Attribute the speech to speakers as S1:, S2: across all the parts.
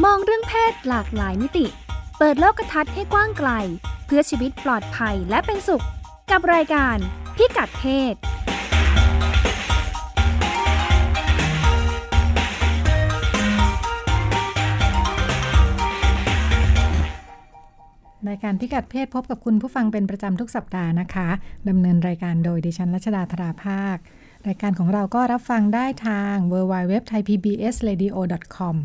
S1: ศหลากหลายมิติ เปิดโลกทัศน์ให้กว้างไกล เพื่อชีวิตปลอดภัยและเป็นสุข กับรายการพิกัดเพศ
S2: รายการพิกัดเพศพบกับคุณผู้ฟังเป็นประจำทุกสัปดาห์นะคะดำเนินรายการโดยดิฉันรัชดาธราภาค รายการของเราก็รับฟังได้ทาง w w w t h a i p b s r a d i o c o m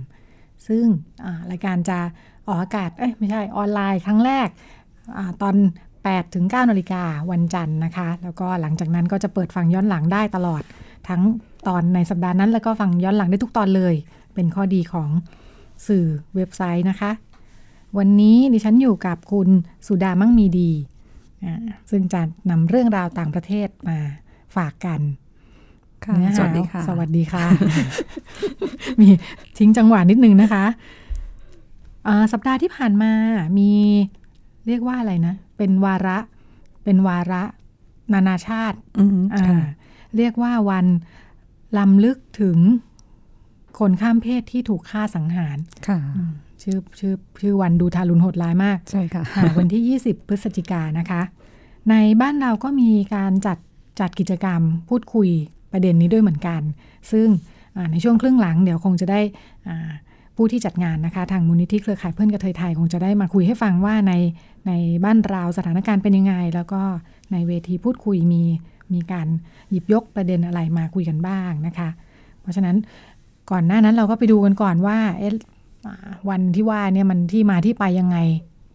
S2: ซึ่งอ่ารายการจะออกอากาศเอ้ยไม่ใช่ออนไลน์ครั้งแรกอาตอน8ถึง9นาฬิกาวันจันทร์นะคะ แล้วก็หลังจากนั้นก็จะเปิดฟังย้อนหลังได้ตลอด ทั้งตอนในสัปดาห์นั้น แล้วก็ฟังย้อนหลังได้ทุกตอนเลย เป็นข้อดีของสื่อเว็บไซต์นะคะ วันนี้ดิฉันอยู่กับคุณสุดามั่งมีดีอ่าซึ่งจะนำเรื่องราวต่างประเทศมาฝากกัน
S3: ค่ะ
S2: เนื้อหา
S3: สวัสดีค่ะ
S2: สวัสดีค่ะ มีทิ้งจังหวะนิดนึงนะคะอ่าสัปดาห์ที่ผ่านมามีเรียกว่าอะไรนะ เป็นวาระ เป็นวาระนานาชาติ
S3: อืม
S2: อ่า
S3: ค่ะ
S2: เรียกว่าวันลำลึกถึงคนข้ามเพศที่ถูกฆ่าสังหาร
S3: ค่ะ
S2: อืมชื่อชื่อชื่อวันดูทารุณโหดร้ายมาก
S3: ใช่ค่ะ
S2: ค่ะ วันที่ 20 พฤศจิกายนนะคะ ในบ้านเราก็มีการจัดจัดกิจกรรมพูดคุยประเด็นนี้ด้วยเหมือนกัน ซึ่งอ่าในช่วงครึ่งหลังเดี๋ยวคงจะได้อ่าผู้ที่จัดงานนะคะ ทางมูลนิธิเครือข่ายเพื่อนกระเทยไทย คงจะได้มาคุยให้ฟังว่าในในบ้านเราสถานการณ์เป็นยังไง แล้วก็ในเวทีพูดคุยมีมีการหยิบยกประเด็นอะไรมาคุยกันบ้างนะคะ เพราะฉะนั้นก่อนหน้านั้นเราก็ไปดูกันก่อนว่าเอ๊ะอ่าวันที่ว่าเนี่ยมันที่มาที่ไปยังไง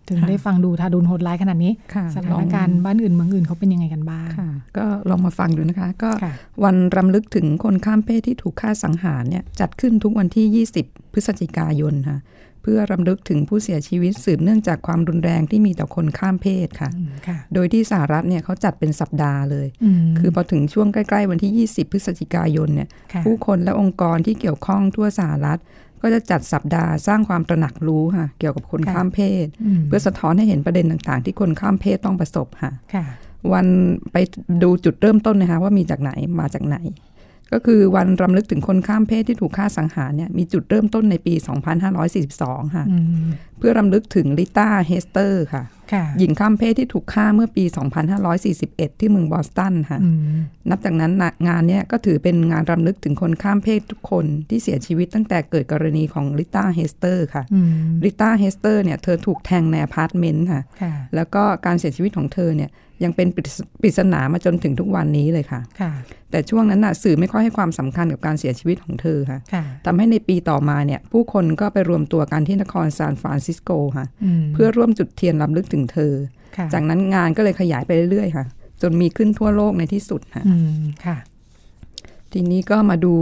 S2: ถึง
S3: ค่ะ
S2: ได้ฟังดูทาดุลโหดร้ายขนาดนี้
S3: ค่ะ
S2: สถานการณ์บ้านอื่นเมืองอื่นเขาเป็นยังไงกันบ้าง
S3: ค่ะ ก็ลองมาฟังดูนะคะ ก็
S2: ค่ะ
S3: วันรำลึกถึงคนข้ามเพศที่ถูกฆ่าสังหารเนี่ย จัดขึ้นทุกวันที่ 20 พฤศจิกายนค่ะ เพื่อรำลึกถึงผู้เสียชีวิตสืบเนื่องจากความรุนแรงที่มีต่อคนข้ามเพศค่ะ
S2: อืมค่ะ
S3: โดยที่สหรัฐเนี่ยเขาจัดเป็นสัปดาห์เลย
S2: อืม
S3: คือพอถึงช่วงใกล้ๆวันที่ 20 พฤศจิกายนเนี่ย
S2: ค่ะ
S3: ผู้คนและองค์กรที่เกี่ยวข้องทั่วสหรัฐ ก็จะจัดสัปดาห์สร้างความตระหนักรู้ค่ะ เกี่ยวกับคนข้ามเพศ
S2: ม
S3: เพื่อสะท้อนให้เห็นประเด็นต่างๆ ที่คนข้ามเพศต้องประสบค่ะ
S2: ค่ะ
S3: วันไปดูจุดเริ่มต้นนะคะว่ามีจากไหนมาจากไหน ก็คือวันรำลึกถึงคนข้ามเพศที่ถูกฆ่าสังหารเนี่ยมีจุดเริ่มต้นในปี 2542 ค่ะ
S2: อืม
S3: เพื่อรำลึกถึงลิต้าเฮสเตอร์ค่ะ
S2: ค่ะ
S3: หญิงข้ามเพศที่ถูกฆ่าเมื่อปี 2541 ที่เมืองบอสตันค่ะ
S2: อืม
S3: นับจากนั้นนะงานเนี้ยก็ถือเป็นงานรำลึกถึงคนข้ามเพศทุกคนที่เสียชีวิตตั้งแต่เกิดกรณีของลิต้าเฮสเตอร์ค่ะ
S2: อืม
S3: ลิต้าเฮสเตอร์เนี่ยเธอถูกแทงในอพาร์ตเมนต์ค่ะ
S2: ค่ะ
S3: แล้วก็การเสียชีวิตของเธอเนี่ยยังเป็นปริศปริศนามาจนถึงทุกวันนี้เลยค่ะ
S2: ค่ะ
S3: แต่ช่วงนั้นน่ะสื่อไม่ค่อยให้ความสำคัญกับการเสียชีวิตของเธอค่ะ
S2: ค่ะ
S3: ทำให้ในปีต่อมาเนี่ยผู้คนก็ไปรวมตัวกันที่นครซานฟรานซิสโกค่ะ
S2: ม
S3: เพื่อร่วมจุดเทียนรำลึกถึงเธอ
S2: ค่ะ
S3: จากนั้นงานก็เลยขยายไปเรื่อยๆค่ะ จนมีขึ้นทั่วโลกในที่สุดค่ะ
S2: อืมค่ะ
S3: ทีนี้ก็มาดู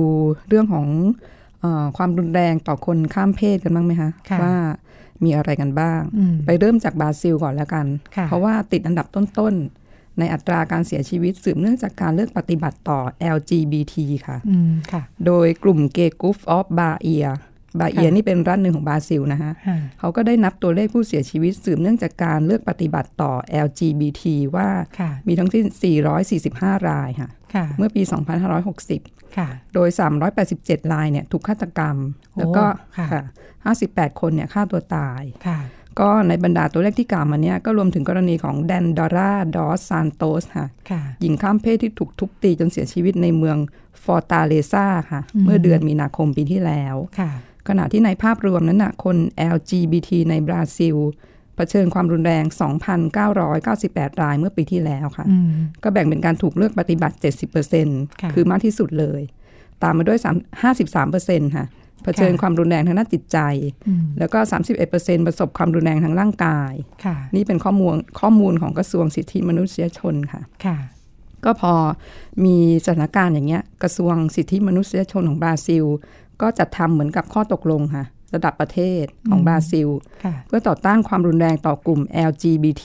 S3: เรื่องของเออความรุนแรงต่อคนข้ามเพศกันบ้างไหมคะ
S2: ะ
S3: ว่ามีอะไรกันบ้าง
S2: อืม
S3: ไปเริ่มจากบราซิลก่อนแล้วกัน
S2: ค่ะ
S3: เพราะว่าติดอันดับต้นๆ ในอัตราการเสียชีวิตสืบเนื่องจากการเลือกปฏิบัติต่อ LGBT ค่ะ
S2: อืมค่ะ
S3: โดยกลุ่ม Gay Group of b a r i a b a r i a นี่เป็นรัฐหนึ่งของบราซิลนะฮะ
S2: ค่ะ
S3: เขาก็ได้นับตัวเลขผู้เสียชีวิตสืบเนื่องจากการเลือกปฏิบัติต่อ LGBT ว่า
S2: ค่ะ
S3: มีทั้งสิ้น 445 รายค่ะ
S2: ค่ะ
S3: เมื่อปี 2560
S2: ค่ะ
S3: โดย 387 รายเนี่ยถูกฆาตกรรม
S2: โอ้
S3: แล้วก็
S2: ค่ะ
S3: ค่ะ58 คนเนี่ยฆ่าตัวตาย
S2: ค่ะ
S3: ก็ในบรรดาตัวเลขที่กล่าวมาเนี่ยก็รวมถึงกรณีของแดนดอร่า ดอสซานโตสค่ะ
S2: ค่ะ
S3: หญิงข้ามเพศที่ถูกทุบตีจนเสียชีวิตในเมืองฟอร์ตาเลซาค่ะ
S2: อืม
S3: เมื่อเดือนมีนาคมปีที่แล้ว
S2: ค่ะ
S3: ขณะที่ในภาพรวมนั้นนะคน LGBT ในบราซิลเผชิญความรุนแรง 2,998 รายเมื่อปีที่แล้วค่ะ
S2: อืม
S3: ก็แบ่งเป็นการถูกเลือกปฏิบัติ 70%
S2: ค่ะ
S3: อมากที่สุดเลย ตามมาด้วย3 53%ค่ะเผชิญความรุนแรงทางด้านจิตใจ
S2: อืม
S3: แล้วก็ 31%ประสบความรุนแรงทางร่างกาย
S2: ค่ะ
S3: นี่เป็นข้อมูลข้อมูลของกระทรวงสิทธิมนุษยชนค่ะ
S2: ค่ะ
S3: ก็พอมีสถานการณ์อย่างเงี้ย กระทรวงสิทธิมนุษยชนของบราซิล ก็จัดทำเหมือนกับข้อตกลงค่ะ ระดับประเทศของบราซิล
S2: ค่ะ
S3: เพื่อต่อต้านความรุนแรงต่อกลุ่ม LGBT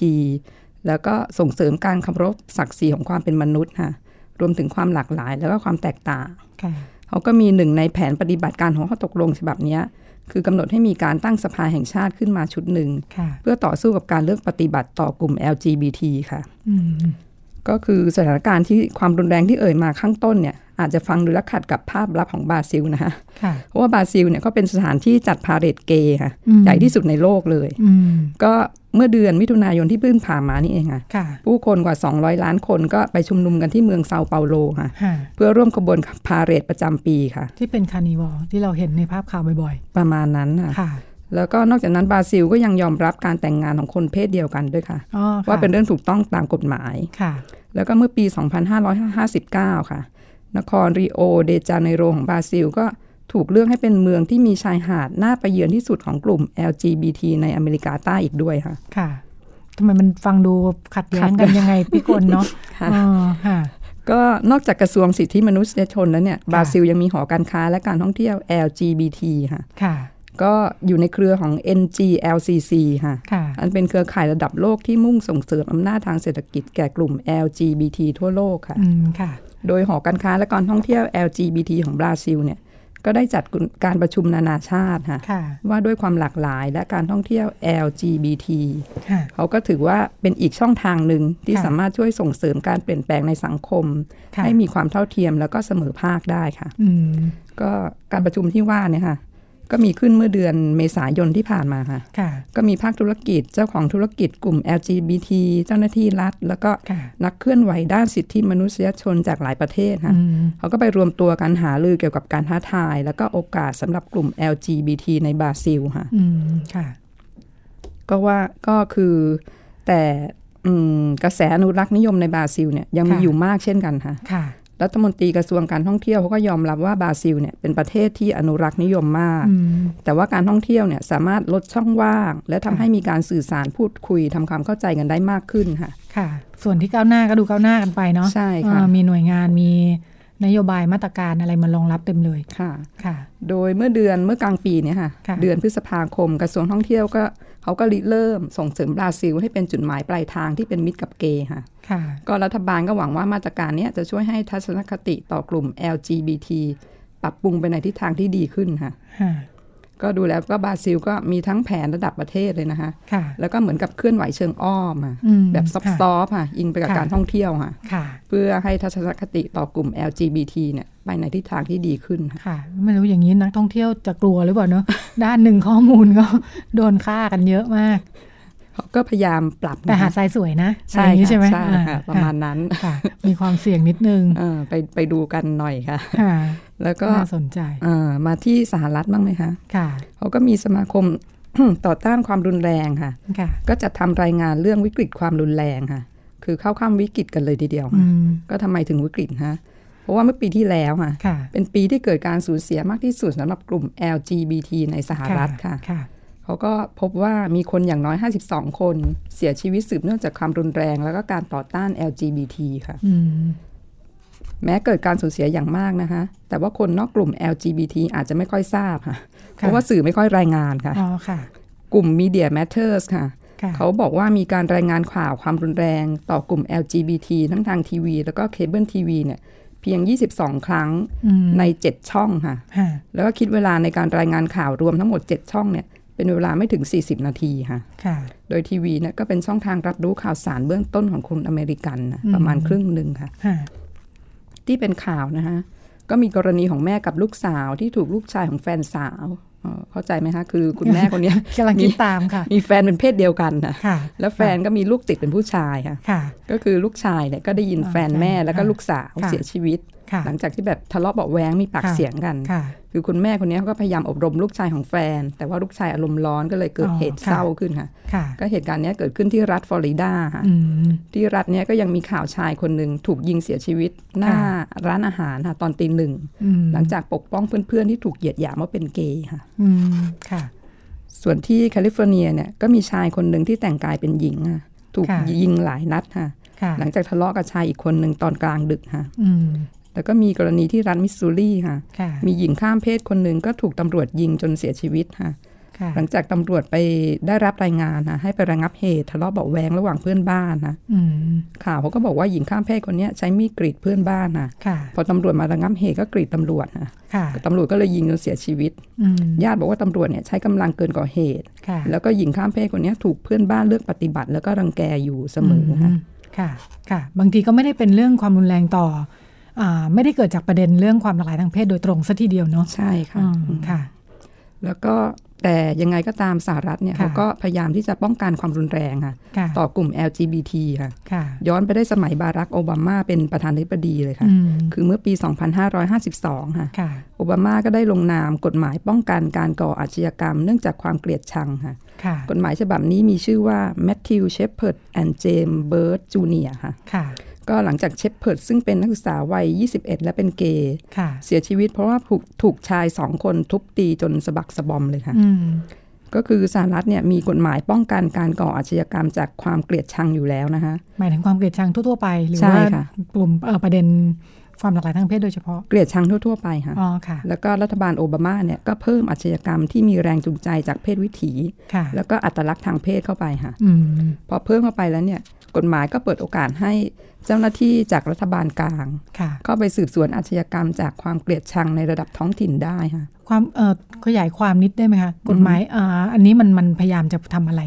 S3: แล้วก็ส่งเสริมการเคารพศักดิ์ศรีของความเป็นมนุษย์ค่ะรวมถึงความหลากหลายแล้วก็ความแตกต่าง
S2: ค่ะ
S3: เขาก็มีหนึ่งในแผนปฏิบัติการของข้อตกลงฉบับเนี้ยคือกำหนดให้มีการตั้งสภาแห่งชาติขึ้นมาชุดหนึ่ง
S2: ค่ะ
S3: เพื่อต่อสู้กับการเลือกปฏิบัติต่อกลุ่ม LGBT ค่ะ
S2: อืม
S3: ก็คือสถานการณ์ที่ความรุนแรงที่เอ่ยมาข้างต้นเนี่ยอาจจะฟังดูแล้วขัดกับภาพลักษณ์ของบราซิลนะคะ
S2: ค่ะ
S3: เพราะว่าบราซิลเนี่ยก็เป็นสถานที่จัดพาเหรดเกย์ค่ะ
S2: อืม
S3: ใหญ่ที่สุดในโลกเลย
S2: อืม
S3: ก็เมื่อเดือนมิถุนายนที่เพิ่งผ่านมานี่เองค่ะ
S2: ค่ะ
S3: ผู้คนกว่า 200 ล้านคนก็ไปชุมนุมกันที่เมืองเซาเปาโลค่ะ
S2: ฮะ
S3: เพื่อร่วมขบวนพาเหรดประจำปีค่ะ
S2: ที่เป็นคาร์นิวอลที่เราเห็นในภาพข่าวบ่อย
S3: ประมาณนั้นค่ะ
S2: ๆ ค่ะ
S3: แล้วก็นอกจากนั้นบราซิลก็ยังยอมรับการแต่งงานของคนเพศเดียวกันด้วยค่ะ
S2: อ๋อค่ะ
S3: ว่าเป็นเรื่องถูกต้องตามกฎหมาย
S2: ค่ะ
S3: แล้วก็เมื่อปี 2559 ค่ะ นครริโอเดจาเนโรของบราซิลก็ถูกเลือกให้เป็นเมืองที่มีชายหาดน่าไปเยือนที่สุดของกลุ่ม LGBT ในอเมริกาใต้อีกด้วยค่ะ
S2: ค่ะ ทำไมมันฟังดูขัดแย้งกันยังไงพี่กลเนาะ
S3: ค่ะ
S2: อ๋อค่ะ
S3: ก็นอกจากกระทรวงสิทธิมนุษยชนแล้วเนี่ย บราซิลยังมีหอการค้าและการท่องเที่ยว LGBT ค่ะ
S2: ค่ะ
S3: ก็อยู่ในเครือของ NGLCC ค่ะ
S2: ค่ะ
S3: อันเป็นเครือข่ายระดับโลกที่มุ่งส่งเสริมอำนาจทางเศรษฐกิจแก่กลุ่ม LGBT ทั่วโลกค่ะ
S2: อืม ค่ะ
S3: โดยหอการค้าและการท่องเที่ยว LGBT ของบราซิลเนี่ย ก็ได้จัดการประชุมนานาชาติค่ะ
S2: ค่ะ
S3: ว่าด้วยความหลากหลายและการท่องเที่ยว LGBT
S2: ค่ะ
S3: เขาก็ถือว่าเป็นอีกช่องทางหนึ่งที่
S2: ค่ะ
S3: สามารถช่วยส่งเสริมการเปลี่ยนแปลงในสังคม
S2: ค่ะ
S3: ให้มีความเท่าเทียมแล้วก็เสมอภาคได้ค่ะ
S2: อืม
S3: ก็การประชุมที่ว่าเนี่ยค่ะ ก็มีขึ้นเมื่อเดือนเมษายนที่ผ่านมาค่ะ
S2: ค่ะ
S3: ก็มีภาคธุรกิจเจ้าของธุรกิจกลุ่ม LGBT เจ้าหน้าที่รัฐ แล้วก็
S2: ค่ะ
S3: นักเคลื่อนไหวด้านสิทธิมนุษยชนจากหลายประเทศค่ะ
S2: อืม
S3: เขาก็ไปรวมตัวกันหารือเกี่ยวกับการท้าทาย แล้วก็โอกาสสำหรับกลุ่ม LGBT ในบราซิลค่ะ
S2: อืม ค่ะ
S3: ก็ว่าก็คือแต่อืมกระแสอนุรักษ์นิยมในบราซิลเนี่ยยังมี
S2: ค่ะ
S3: อยู่มากเช่นกันค่ะ
S2: ค่ะ
S3: รัฐมนตรีกระทรวงการท่องเที่ยวเขาก็ยอมรับว่าบราซิลเนี่ยเป็นประเทศที่อนุรักษ์นิยมมาก
S2: อืม
S3: แต่ว่าการท่องเที่ยวเนี่ยสามารถลดช่องว่าง และทำ
S2: ค่ะ
S3: ให้มีการสื่อสารพูดคุยทำความเข้าใจกันได้มากขึ้นค่ะ
S2: ค่ะ ส่วนที่ก้าวหน้าก็ดูก้าวหน้ากันไปเนาะ
S3: ใช่ค่ะ
S2: เออมีหน่วยงาน มีนโยบายมาตรการอะไรมารองรับเต็มเลย
S3: ค่ะ
S2: ค่ะ
S3: โดยเมื่อเดือนเมื่อกลางปีเนี่ยค่ะ
S2: ค่ะ
S3: เดือนพฤษภาคมกระทรวงท่องเที่ยวก็เขาก็ริเริ่มส่งเสริมบราซิล ให้เป็นจุดหมายปลายทางที่เป็นมิตรกับเกย์ค่ะ
S2: ค่ะ
S3: ก็รัฐบาลก็หวังว่ามาตรการเนี้ยจะช่วยให้ทัศนคติต่อกลุ่ม LGBT ปรับปรุงไปในทิศทางที่ดีขึ้นค่ะ
S2: ค่ะ
S3: ก็ดูแล้วก็บราซิลก็มีทั้งแผนระดับประเทศเลยนะคะ
S2: ค่ะ
S3: แล้วก็เหมือนกับเคลื่อนไหวเชิงอ้อมค่ะ
S2: อืม
S3: แบบซ
S2: ค่ะ
S3: อฟต์ๆค่ะอิงไปกับ
S2: ค่ะ
S3: การท่องเที่ยวค่ะ
S2: ค่ะ
S3: เพื่อให้ทัศนคติต่อกลุ่ม LGBT เนี่ยไปในทิศทางที่ดีขึ้นค่ะ
S2: ค่ะ ไม่รู้อย่างนี้นักท่องเที่ยวจะกลัวหรือเปล่าเนาะ ด้านหนึ่งข้อมูลก็ โดนฆ่ากันเยอะมาก
S3: เขาก็พยายามปรับ
S2: แต่
S3: นะคะ
S2: หาดทรายสวยนะอะ
S3: ใช่
S2: ไรอย่างนี้
S3: ค่ะ
S2: ใช่ไหม
S3: ใช่
S2: อ่
S3: ค่ะประมาณนั้น
S2: ค่ะ มีความเสี่ยงนิดนึ ง
S3: เออไปไปดูกันหน่อยค่ะ
S2: ค่ะ
S3: แล้วก็
S2: น่าสนใจ
S3: เอ่อมาที่สหรัฐบ้างไหมคะ
S2: ค่ะ
S3: เขาก็มีสมาคม ต่อต้านความรุนแรงค่ะ
S2: ค่ะ
S3: ก็จะทำรายงานเรื่องวิกฤตความรุนแรงค่ะ คือเข้าข้ามวิกฤตกันเลยทีเดียว
S2: อื
S3: ค่ะ
S2: ม
S3: ก็ทำไมถึงวิกฤตฮะเพราะว่าเมื่อปีที่แล้วค่ะ
S2: ค่ะ
S3: เป็นปีที่เกิดการสูญเสียมากที่สุดสำหรับกลุ่ม LGBT ในสหรัฐค่ะ
S2: ค่ะ
S3: เขาก็พบว่ามีคนอย่างน้อย 52 คน เสียชีวิตสืบเนื่องจากความรุนแรง แล้วก็การต่อต้าน LGBT ค่ะ
S2: อืม
S3: แม้เกิดการสูญเสียอย่างมากนะคะ แต่ว่าคนนอกกลุ่ม LGBT อาจจะไม่ค่อยทราบค่ะ เพ
S2: ค่
S3: ราะว่าสื่อไม่ค่อยรายงานค่ะ
S2: อ๋อค่ะ
S3: กลุ่ม Media Matters ค่ะ
S2: ค่ะ
S3: เขาบอกว่ามีการรายงานข่าวความรุนแรงต่อกลุ่ม LGBT ทั้งทางทีวี แล้วก็เคเบิลทีวีเนี่ยเพียง 22 ครั้ง
S2: อืม
S3: ใน 7 ช่องค่ะ
S2: ค่ะ
S3: แล้วก็คิดเวลาในการรายงานข่าวรวมทั้งหมด 7 ช่องเนี่ยเป็นเวลาไม่ถึง 40 นาทีค่ะ
S2: ค่ะ
S3: โดยทีวีเนี่ยก็เป็นช่องทางรับรู้ข่าวสารเบื้องต้นของคนอเมริกันนะประมาณ
S2: อืม
S3: ครึ่งหนึ่งค่ะ
S2: ค่ะ
S3: ที่เป็นข่าวนะคะก็มีกรณีของแม่กับลูกสาวที่ถูกลูกชายของแฟนสาวเอ่อเข้าใจไหมคะ คือคุณแม่คนเนี้ย
S2: กำลังคิดตามค่ะ
S3: มีแฟนเป็นเพศเดียวกันนะ
S2: ค่ะ
S3: แล้วแฟนก็มีลูกติดเป็นผู้ชายค่ะ
S2: ค่ะ
S3: ก็คือลูกชายเนี่ยก็ได้ยิน
S2: อ่า
S3: แฟนแม่แล้วก็
S2: ค่ะ
S3: ลูกสาว
S2: ค่ะ
S3: เสียชีวิต
S2: ค่ะ
S3: หลังจากที่แบบทะเลาะเบาะแว้งมีปาก
S2: ค่ะ
S3: เสียงกัน
S2: ค่ะ
S3: คือคุณแม่คนเนี้ยก็พยายามอบรมลูกชายของแฟน แต่ว่าลูกชายอารมณ์ร้อนก็เลยเกิด
S2: อ๋อ
S3: เหตุ
S2: ค่ะ
S3: เศร้าขึ้นค่ะ
S2: ค่ะ
S3: ก็เหตุการณ์เนี้ยเกิดขึ้นที่รัฐฟลอริดาค่ะ
S2: อืม
S3: ที่รัฐเนี้ยก็ยังมีข่าวชายคนหนึ่งถูกยิงเสียชีวิต หน้า
S2: ค่ะ
S3: ร้านอาหารค่ะตอนตีหนึ่ง
S2: อืม
S3: หลังจากปกป้องเพื่อนๆ ที่ถูกเหยียดหยามว่าเป็นเกย์ค่ะ
S2: อืมค่ะ
S3: ส่วนที่แคลิฟอร์เนียเนี่ยก็มีชายคนหนึ่งที่แต่งกายเป็นหญิงค่ะถูก
S2: ค่ะ
S3: ยิงหลายนัดค่ะ
S2: ค่ะ
S3: หลังจากทะเลาะกับชายอีกคนหนึ่งตอนกลางดึกค่ะ
S2: อืม
S3: แล้วก็มีกรณีที่รัฐมิสซูรีค่ะ
S2: ค่ะ
S3: มีหญิงข้ามเพศคนหนึ่งก็ถูกตำรวจยิงจนเสียชีวิตค่ะ
S2: ค่ะ
S3: หลังจากตำรวจไปได้รับรายงานค่ะให้ไประงับเหตุทะเลาะเบาะแวงระหว่างเพื่อนบ้านนะ
S2: อืม
S3: ข่าวเขาก็บอกว่าหญิงข้ามเพศคนเนี้ยใช้มีดกรีดเพื่อนบ้านค่ะ
S2: ค่ะ
S3: พอตำรวจมาระงับเหตุก็กรีดตำรวจค่ะ
S2: ค่ะ
S3: ตำรวจก็เลยยิงจนเสียชีวิต
S2: อืม
S3: ญาติบอกว่าตำรวจเนี่ยใช้กำลังเกินกว่าเหตุ
S2: ค่ะ
S3: แล้วก็หญิงข้ามเพศคนเนี้ยถูกเพื่อนบ้านเลือกปฏิบัติ แล้วก็รังแกอยู่เสมออ
S2: อื
S3: ค่ะ
S2: ม ค่ะค่ะ บางทีก็ไม่ได้เป็นเรื่องความรุนแรงต่ออาไม่ได้เกิดจากประเด็นเรื่องความหลากหลายทางเพศโดยตรงซะทีเดียวเนาะ
S3: ใช่ค่ะ
S2: อืม
S3: อืม
S2: ค่ะ
S3: แล้วก็แต่ยังไงก็ตามสหรัฐเนี่ย
S2: ค่ะ
S3: เขาก็พยายามที่จะป้องกันความรุนแรงค่ะ
S2: ค่ะ
S3: ต่อกลุ่ม LGBT ค่ะ
S2: ค่ะ
S3: ย้อนไปได้สมัยบารักโอบามาเป็นประธานาธิบดีเลยค่ะ
S2: อืม
S3: คือเมื่อปี 2552 ค่ะ
S2: ค่ะ
S3: โอบามาก็ได้ลงนามกฎหมายป้องกันการก่ออาชญากรรมเนื่องจากความเกลียดชังค่ะ
S2: ค่ะ
S3: กฎหมายฉบับนี้มีชื่อว่า Matthew Shepard and James Bird Jr. ค่ะ
S2: ค่ะ
S3: ก็หลังจากเช e เพิร์ดซึ่งเป็นนักศึกษาวัย 21 และเป็นเกย์
S2: ค่ะ
S3: เสียชีวิตเพราะว่าถูกถูกชายสองคนทุบตีจนสะบักสะบอมเลยค่ะ
S2: อืม
S3: ก็คือสหรัฐเนี่ยมีกฎหมายป้องกันการก่ออาชญากรรมจากความเกลียดชังอยู่แล้วนะคะ
S2: หมายถึงความเกลียดชังทั่วๆไปหรือ
S3: ใช่
S2: ว่า
S3: ค่ะ
S2: กลุ่มเอ่อประเด็นความหลากหลายทางเพศโดยเฉพาะ
S3: เกลียดชังทั่ว ๆ ไปค่ะ
S2: อ๋อค่ะ
S3: แล้วก็รัฐบาลโอบามาเนี่ยก็เพิ่มอาชญากรรมที่มีแรงจูงใจจากเพศวิถี
S2: ค่ะ
S3: แล้วก็อัตลักษณ์ทางเพศเข้าไปค่ะ
S2: อืม
S3: พอเพิ่มเข้าไปแล้วเนี่ยกฎหมายก็เปิดโอกาสให้เจ้าหน้าที่จากรัฐบาลกลาง
S2: ค่ะ
S3: เข้าไปสืบสวนอาชญากรรมจากความเกลียดชังในระดับท้องถิ่นได้ค่ะ
S2: ความเอ่อขยายความนิดได้ไหมคะกฎหมายอ่าอันนี้มันมันพยายามจะทำอะไร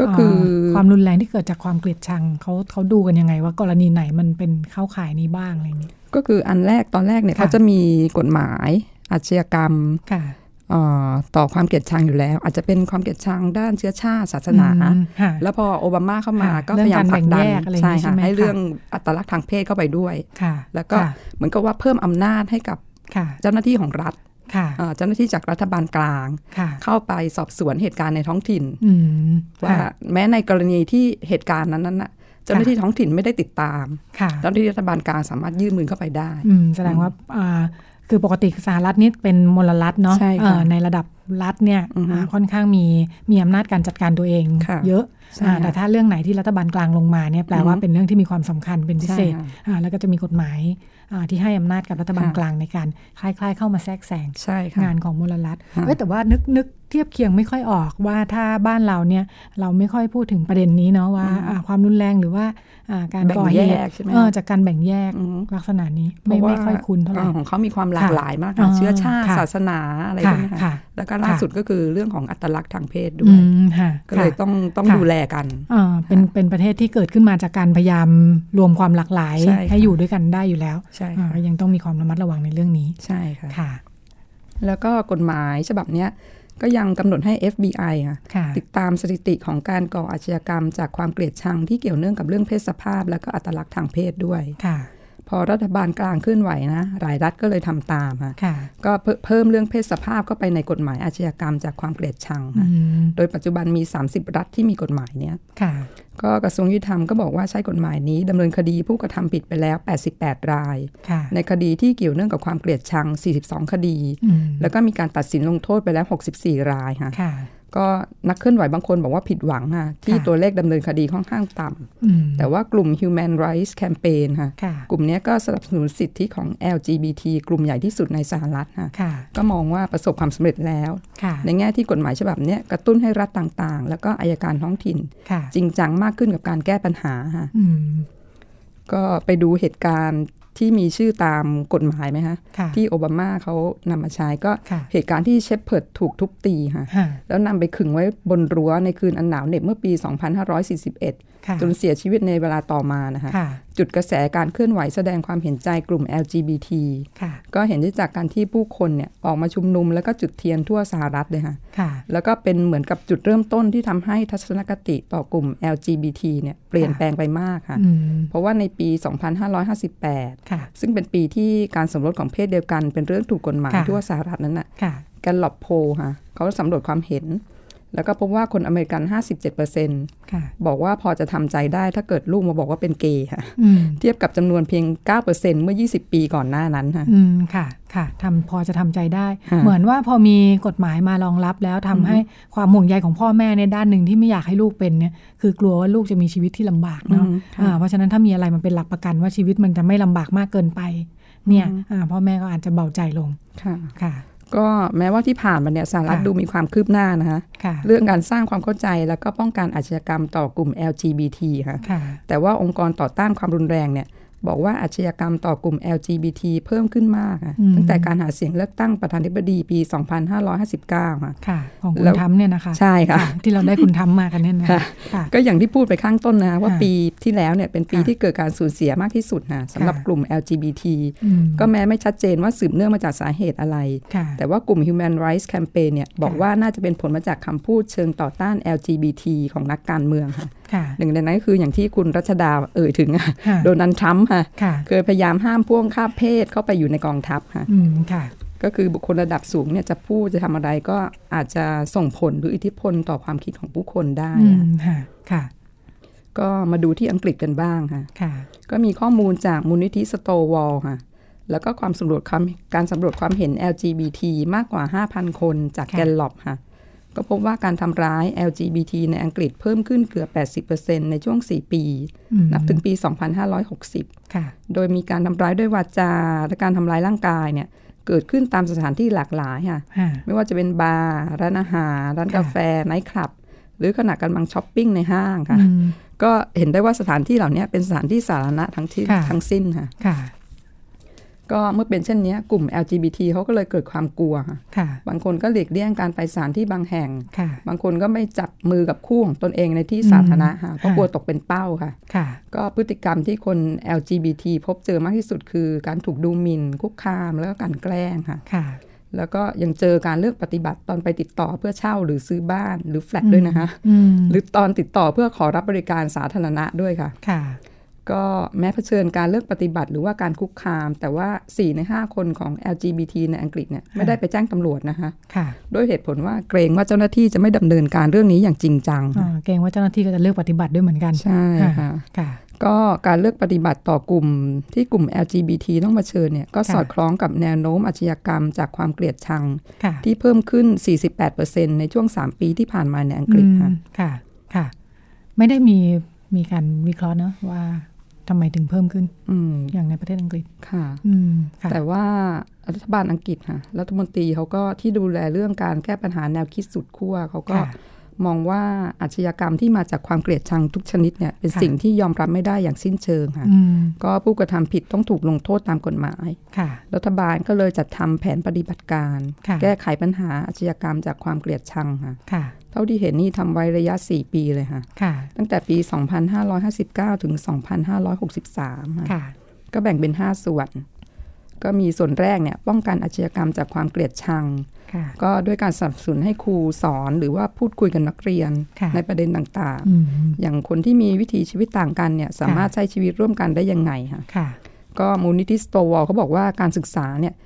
S3: ก็คือ
S2: อาความรุนแรงที่เกิดจากความเกลียดชังเขาเขาดูกันยังไง ว่ากรณีไหนมันเป็นเข้าข่ายนี้บ้างอะไรอย่างนี้
S3: ก็คืออันแรกตอนแรกเนี่ย
S2: ค่ะ
S3: เขาจะมีกฎหมายอาชญากรรม
S2: ค่ะ
S3: เอ่อต่อความเกลียดชังอยู่แล้ว อาจจะเป็นความเกลียดชังด้านเชื้อชาติศาสนา
S2: อืมค่ะ
S3: แล้วพอโอบามาเข้ามา
S2: ค่ะ
S3: ก็พยายามผลักดัน
S2: เรื่องการแบ่งแยกอะไรอย่าง
S3: ใช่
S2: งี้ใช่
S3: ค่ะ
S2: ไหม
S3: ให้
S2: คะ
S3: เรื่องอัตลักษณ์ทางเพศเข้าไปด้วย
S2: ค่ะ
S3: แล้วก็
S2: ค่ะ
S3: เหมือนกับว่าเพิ่มอำนาจให้กับ
S2: ค่ะ
S3: เจ้าหน้าที่ของรัฐ
S2: ค่ะ
S3: เอ่อเจ้าหน้าที่จากรัฐบาลกลาง
S2: ค่ะ
S3: เข้าไปสอบสวนเหตุการณ์ในท้องถิ่น
S2: อืม
S3: ว่า
S2: ค่ะ
S3: แม้ในกรณีที่เหตุการณ์นั้นๆน่ะเจ้าหน้าที่ท้องถิ่นไม่ได้ติดตาม
S2: ค่ะ
S3: เจ้าหน้าที่รัฐบาลกลางสามารถยื่นมือเข้าไปได้
S2: อืมแสดงว่าอ่าคือปกติสหรัฐนี่เป็นมลรัฐเนาะ
S3: ใช่ค่ะ
S2: เอ่อในระดับรัฐเนี่ย
S3: อือฮึ
S2: อ่าค่อนข้างมีมีอำนาจการจัดการตัวเอง
S3: ค่ะ
S2: เยอะ
S3: ใช่
S2: อ่า
S3: ค่ะ
S2: แต่ถ้าเรื่องไหนที่รัฐบาลกลางลงมาเนี่ยแปล
S3: อือฮึ
S2: ว่าเป็นเรื่องที่มีความสำคัญเป็นพิเศษ
S3: ใช่ค่ะ
S2: อ่าแล้วก็จะมีกฎหมายอ่าที่ให้อำนาจกับรัฐบาล
S3: ค่ะ
S2: กลางในการคล้าย ๆ เข้ามาแทรกแซง
S3: ใช่ค่ะ
S2: งานของมูลรัฐ
S3: ค่ะ
S2: เอ้ยแต่ว่านึกนึกเทียบเคียงไม่ค่อยออกว่าถ้าบ้านเราเนี่ยเราไม่ค่อยพูดถึงประเด็นนี้เนาะว่าอ่าความรุนแรงหรือว่าอ่าการ
S3: แบ่ง
S2: ก่อเห
S3: แย
S2: ตุ
S3: กใช่ไหม
S2: เออจากการแบ่งแยก
S3: อือฮึ
S2: ลักษณะนี้ไม่
S3: เพราะว่า
S2: ไม่ค่อยคุ้นเท่าไหร่
S3: อ่าของเขามีความหลาก
S2: ค่ะ
S3: หลายมากค่ะ
S2: อ่า
S3: เชื้อชาติ
S2: ค่ะ
S3: ศาสนาอะไรพว
S2: ค่ะ
S3: กนี้ค่ะ
S2: ค่ะ
S3: แล้วก็ล่า
S2: ค่ะ
S3: สุดก็คือเรื่องของอัตลักษณ์ทางเพศด้
S2: อื
S3: วย
S2: มค่ะ
S3: ก็เลย
S2: ค่ะ
S3: ต้องต้อง
S2: ค่ะ
S3: ดูแลกัน
S2: อ่าเป็นเป็นประเทศที่เกิดขึ้นมาจากการพยายามรวมความหลากหลาย
S3: ใช่ค่ะ
S2: ให้อยู่ด้วยกันได้อยู่แล้ว
S3: ใช่
S2: อ่า
S3: ค่ะ
S2: ก็ยังต้องมีความระมัดระวังในเรื่องนี้
S3: ใช่ค่ะ
S2: ค่ะ
S3: แล้วก็กฎหมายฉบับเนี้ยก็ยังกำหนดให้ FBI ค่ะ
S2: ค่ะ
S3: ติดตามสถิติของการก่ออาชญากรรม จากความเกลียดชังที่เกี่ยวเนื่องกับเรื่องเพศสภาพ และก็อัตลักษณ์ทางเพศด้วย
S2: ค่ะ
S3: พอรัฐบาลกลางเคลื่อนไหวนะหลายรัฐก็เลยทำตามค่ะ
S2: ค่ะ
S3: ก็เพิ่มเพิ่มเรื่องเพศสภาพเข้าไปในกฎหมายอาชญากรรม จากความเกลียดชัง
S2: อื
S3: ค่ะ
S2: ม
S3: โดยปัจจุบันมี 30 รัฐที่มีกฎหมายเนี้ย
S2: ค่ะ
S3: ก็กระทรวงยุติธรรมก็บอกว่าใช้กฎหมายนี้ดำเนินคดีผู้กระทำผิดไปแล้ว 88 ราย
S2: ค่ะ
S3: ในคดีที่เกี่ยวเนื่องกับความเกลียดชัง 42 คดี
S2: อืม
S3: แล้วก็มีการตัดสินลงโทษไปแล้ว 64 รายค่ะ
S2: ค่ะ
S3: ก็นักเคลื่อนไหวบางคนบอกว่าผิดหวังค่ะที่
S2: ค่ะ
S3: ตัวเลขดำเนินคดีค่อนข้างต่
S2: อืม
S3: ำแต่ว่ากลุ่ม Human Rights Campaign ค่ะ
S2: ค่ะ
S3: กลุ่มเนี้ยก็สนับสนุนสิทธิของ LGBT กลุ่มใหญ่ที่สุดในสหรัฐค่ะ
S2: ค่ะ
S3: ก็มองว่าประสบความสำเร็จแล้ว
S2: ค่ะ
S3: ในแง่ที่กฎหมายฉบับเนี้ยกระตุ้นให้รัฐต่างๆ แล้วก็อายการท้องถิ่น
S2: ค่ะ
S3: จริงจังมากขึ้นกับการแก้ปัญหาค่ะ
S2: อืม
S3: ก็ไปดูเหตุการณ์ที่มีชื่อตามกฎหมายไหมคะ
S2: ค่ะ
S3: ที่โอบามาเขานำมาใช้ก็
S2: ค่ะ
S3: เหตุการณ์ที่เชฟเพิร์ดถูกทุบตีค่ะ
S2: ค่ะ
S3: แล้วนำไปขึงไว้บนรั้วในคืนอันหนาวเหน็บเมื่อปี 2541
S2: ค่ะ
S3: จนเสียชีวิตในเวลาต่อมานะคะ
S2: ค่ะ
S3: จุดกระแสการเคลื่อนไหวแสดงความเห็นใจกลุ่ม LGBT
S2: ค่ะ
S3: ก็เห็นได้จากการที่ผู้คนเนี่ยออกมาชุมนุมแล้วก็จุดเทียนทั่วสหรัฐเลยค่ะ
S2: ค่ะ
S3: แล้วก็เป็นเหมือนกับจุดเริ่มต้นที่ทำให้ทัศนคติต่อกลุ่ม LGBT เนี่ยเปลี่ยน
S2: ค่ะ
S3: แปลงไปมากค่ะ
S2: อืม
S3: เพราะว่าในปี
S2: ค่ะ
S3: 2558 ซึ่งเป็นปีที่การสมรสของเพศเดียวกันเป็นเรื่องถูกกฎหมาย
S2: ค่ะ
S3: ทั่วสหรัฐนั้นน่ะ
S2: ค่ะ
S3: แกลลอปโพค่ะเขาสำรวจความเห็น แล้วก็พบว่าคนอเมริกัน 57%
S2: ค่ะ
S3: บอกว่าพอจะทำใจได้ถ้าเกิดลูกมาบอกว่าเป็นเกย์ค่ะ
S2: อืม
S3: เทียบกับจำนวนเพียง 9%เมื่อ 20 ปีก่อนหน้านั้นค่ะ
S2: อืม ค่ะ ค่ะทำพอจะทำใจได้
S3: ค่ะ
S2: เหมือนว่าพอมีกฎหมายมารองรับแล้วทำให้ความห่วงใยของพ่อแม่ในยด้านหนึ่งที่ไม่อยากให้ลูกเป็นเนี่ย คือกลัวว่าลูกจะมีชีวิตที่ลำบากเนาะ
S3: อืมค่ะ
S2: อ่าเพราะฉะนั้นถ้ามีอะไรมันเป็นหลักประกันว่าชีวิตมันจะไม่ลำบากมากเกินไป เนี่ย
S3: อืม
S2: อ่าพ่อแม่ก็อาจจะเบาใจลง
S3: ค่ะ
S2: ค่ะ
S3: ก็แม้ว่าที่ผ่านมาเนี่ยสหรัฐ
S2: ค่ะ
S3: ดูมีความคืบหน้านะคะ
S2: ค่ะ
S3: เรื่องการสร้างความเข้าใจแล้วก็ป้องกันอาชญากรรมต่อกลุ่ม LGBT ค่ะ
S2: ค่ะ
S3: แต่ว่าองค์กรต่อต้านความรุนแรงเนี่ย บอกว่าอาชญากรรมต่อกลุ่ม LGBT เพิ่มขึ้นมากค่ะ
S2: อืม
S3: ตั้งแต่การหาเสียงเลือกตั้งประธานาธิบดีปี 2559 ค่ะ
S2: ค่ะ ของคุ
S3: แล้
S2: ณ
S3: ว
S2: ทำเนี่ยนะคะ
S3: ใช่ค่ะ
S2: ที่เราได้คุณทำมากันเนี่ยนะ
S3: ค่ะ
S2: ค่ะ
S3: ก็อย่างที่พูดไปข้างต้นนะว่า
S2: ค่ะ
S3: ปีที่แล้วเนี่ยเป็นปี
S2: ค่ะ
S3: ที่เกิดการสูญเสียมากที่สุดนะสำหรับ
S2: ค่ะ
S3: กลุ่ม LGBT
S2: อืม
S3: ก็แม้ไม่ชัดเจนว่าสืบเนื่องมาจากสาเหตุอะไร
S2: ค่ะ
S3: แต่ว่ากลุ่ม Human Rights Campaign เนี่ยบอก
S2: ค่ะ
S3: ว่าน่าจะเป็นผลมาจากคำพูดเชิงต่อต้าน LGBT ของนักการเมืองค่ะ
S2: ค่ะ
S3: หนึ่งในนั้นก็คืออย่างที่คุณรัชดาเอ่ยถึงอะ
S2: ค่ะ
S3: โดนัลด์ทรัมป์ค่ะ
S2: ค่ะ
S3: เคยพยายามห้ามพ่วงข้ามเพศเข้าไปอยู่ในกองทัพค่ะ
S2: อืมค่ะ
S3: ก็คือบุคคลระดับสูงเนี่ยจะพูดจะทำอะไรก็อาจจะส่งผลหรืออิทธิพลต่อความคิดของผู้คนได้
S2: อื
S3: อะ
S2: มค่ะค่ะ
S3: ก็มาดูที่อังกฤษกันบ้างค่ะ
S2: ค่ะ
S3: ก็มีข้อมูลจากมูลนิธิสโตวอลค่ะ แล้วก็ความสำรวจความการสำรวจความเห็น LGBT มากกว่า 5,000 คนจาก
S2: ค่ะ
S3: แกลลอบค่ะ ก็พบว่าการทำร้าย LGBT ในอังกฤษเพิ่มขึ้นเกือบ 80%ในช่วง 4 ปี
S2: อืม
S3: นับถึงปี 2560
S2: ค่ะ
S3: โดยมีการทำร้ายด้วยวาจา และการทำร้ายร่างกายเนี่ย เกิดขึ้นตามสถานที่หลากหลายค่ะ
S2: ค่ะ
S3: ไม่ว่าจะเป็นบาร์ ร้านอาหาร ร้าน
S2: ค่ะ
S3: กาแฟ ไนท์คลับ หรือขณะกำลังช้อปปิ้งในห้างค่ะ
S2: อืม
S3: ก็เห็นได้ว่าสถานที่เหล่านี้เป็นสถานที่สาธารณะทั้งที่
S2: ค่ะ
S3: ทั้งสิ้นค่ะ
S2: ค่ะ
S3: ก็เมื่อเป็นเช่นนี้กลุ่ม LGBT เขาก็เลยเกิดความกลัวค่ะ
S2: ค่ะ
S3: บางคนก็หลีกเลี่ยงการไปสถานที่บางแห่ง
S2: ค่ะ
S3: บางคนก็ไม่จับมือกับคู่ของตนเองในที่สาธารณะค่ะเพราะ
S2: ค่ะ
S3: กลัวตกเป็นเป้าค่ะ
S2: ค่ะ
S3: ก็พฤติกรรมที่คน LGBT พบเจอมากที่สุดคือ การถูกดูหมิ่นคุกคามแล้วก็การแกล้งค่ะ
S2: ค่ะ
S3: แล้วก็ยังเจอการเลือกปฏิบัติตอนไปติดต่อเพื่อเช่าหรือซื้อบ้านหรือแฟลตด้วยนะคะ
S2: อืม
S3: หรือตอนติดต่อเพื่อขอรับบริการสาธารณะด้วยค่ะ
S2: ค่ะ
S3: ก็แม้เผชิญการเลือกปฏิบัติหรือว่าการคุกคาม แต่ว่า 4 ใน 5 คนของ LGBT ในอังกฤษเนี่ยไม่ได้ไปแจ้งตำรวจนะคะ
S2: ค่ะ
S3: ด้วยเหตุผลว่าเกรงว่าเจ้าหน้าที่จะไม่ดำเนินการเรื่องนี้อย่างจริงจัง
S2: อ่าเกรงว่าเจ้าหน้าที่ก็จะเลือกปฏิบัติด้วยเหมือนกัน
S3: ใช่ค่ะ
S2: ค่ะ
S3: ก็การเลือกปฏิบัติต่อกลุ่มที่กลุ่ม LGBT ต้องเผชิญเนี่ยก็
S2: ค่ะ
S3: สอดคล้องกับแนวโน้มอาชญากรรมจากความเกลียดชัง
S2: ค่ะ
S3: ที่เพิ่มขึ้น 48%ในช่วง 3 ปีที่ผ่านมาในอังกฤษ
S2: อืม
S3: ค่ะ
S2: ค่ะค่ะ ไม่ได้มีมีการวิเคราะห์เนอะว่าทำไมถึงเพิ่มขึ้น
S3: อืม
S2: อย่างในประเทศอังกฤษ
S3: ค่ะ
S2: อืมค่ะ
S3: แต่ว่ารัฐบาลอังกฤษค่ะรัฐมนตรีเขาก็ที่ดูแลเรื่องการแก้ปัญหาแนวคิดสุดขั้วเขาก็
S2: ค่ะ
S3: มองว่าอาชญากรรมที่มาจากความเกลียดชังทุกชนิดเนี่ยเป็น
S2: ค่ะ
S3: สิ่งที่ยอมรับไม่ได้อย่างสิ้นเชิงค่ะ
S2: อืม
S3: ก็ผู้กระทำผิดต้องถูกลงโทษตามกฎหมาย
S2: ค่ะ
S3: รัฐบาลก็เลยจัดทำแผนปฏิบัติการ
S2: ค่ะ
S3: แก้ไขปัญหาอาชญากรรมจากความเกลียดชังค่ะ
S2: ค่ะ
S3: เท่าที่เห็นนี่ทำไว้ระยะ 4 ปีเลยค่ะ
S2: ค่ะ
S3: ตั้งแต่ปี 2559 ถึง 2563ค่ะ
S2: ค่ะ
S3: ก็แบ่งเป็น 5 ส่วน ก็มีส่วนแรกเนี่ยป้องกันอาชญากรรมจากความเกลียดชัง
S2: ค่ะ
S3: ก็ด้วยการสนับสนุนให้ครูสอนหรือว่าพูดคุยกับนักเรียน
S2: ค่ะ
S3: ในประเด็นต่าง
S2: อืม
S3: ๆ อย่างคนที่มีวิถีชีวิตต่างกันเนี่ยสามารถใช้ชีวิตร่วมกันได้ยังไงค่ะ
S2: ค่ะ
S3: ก็มูลนิธิสโตวอลเขาบอกว่าการศึกษาเนี่ย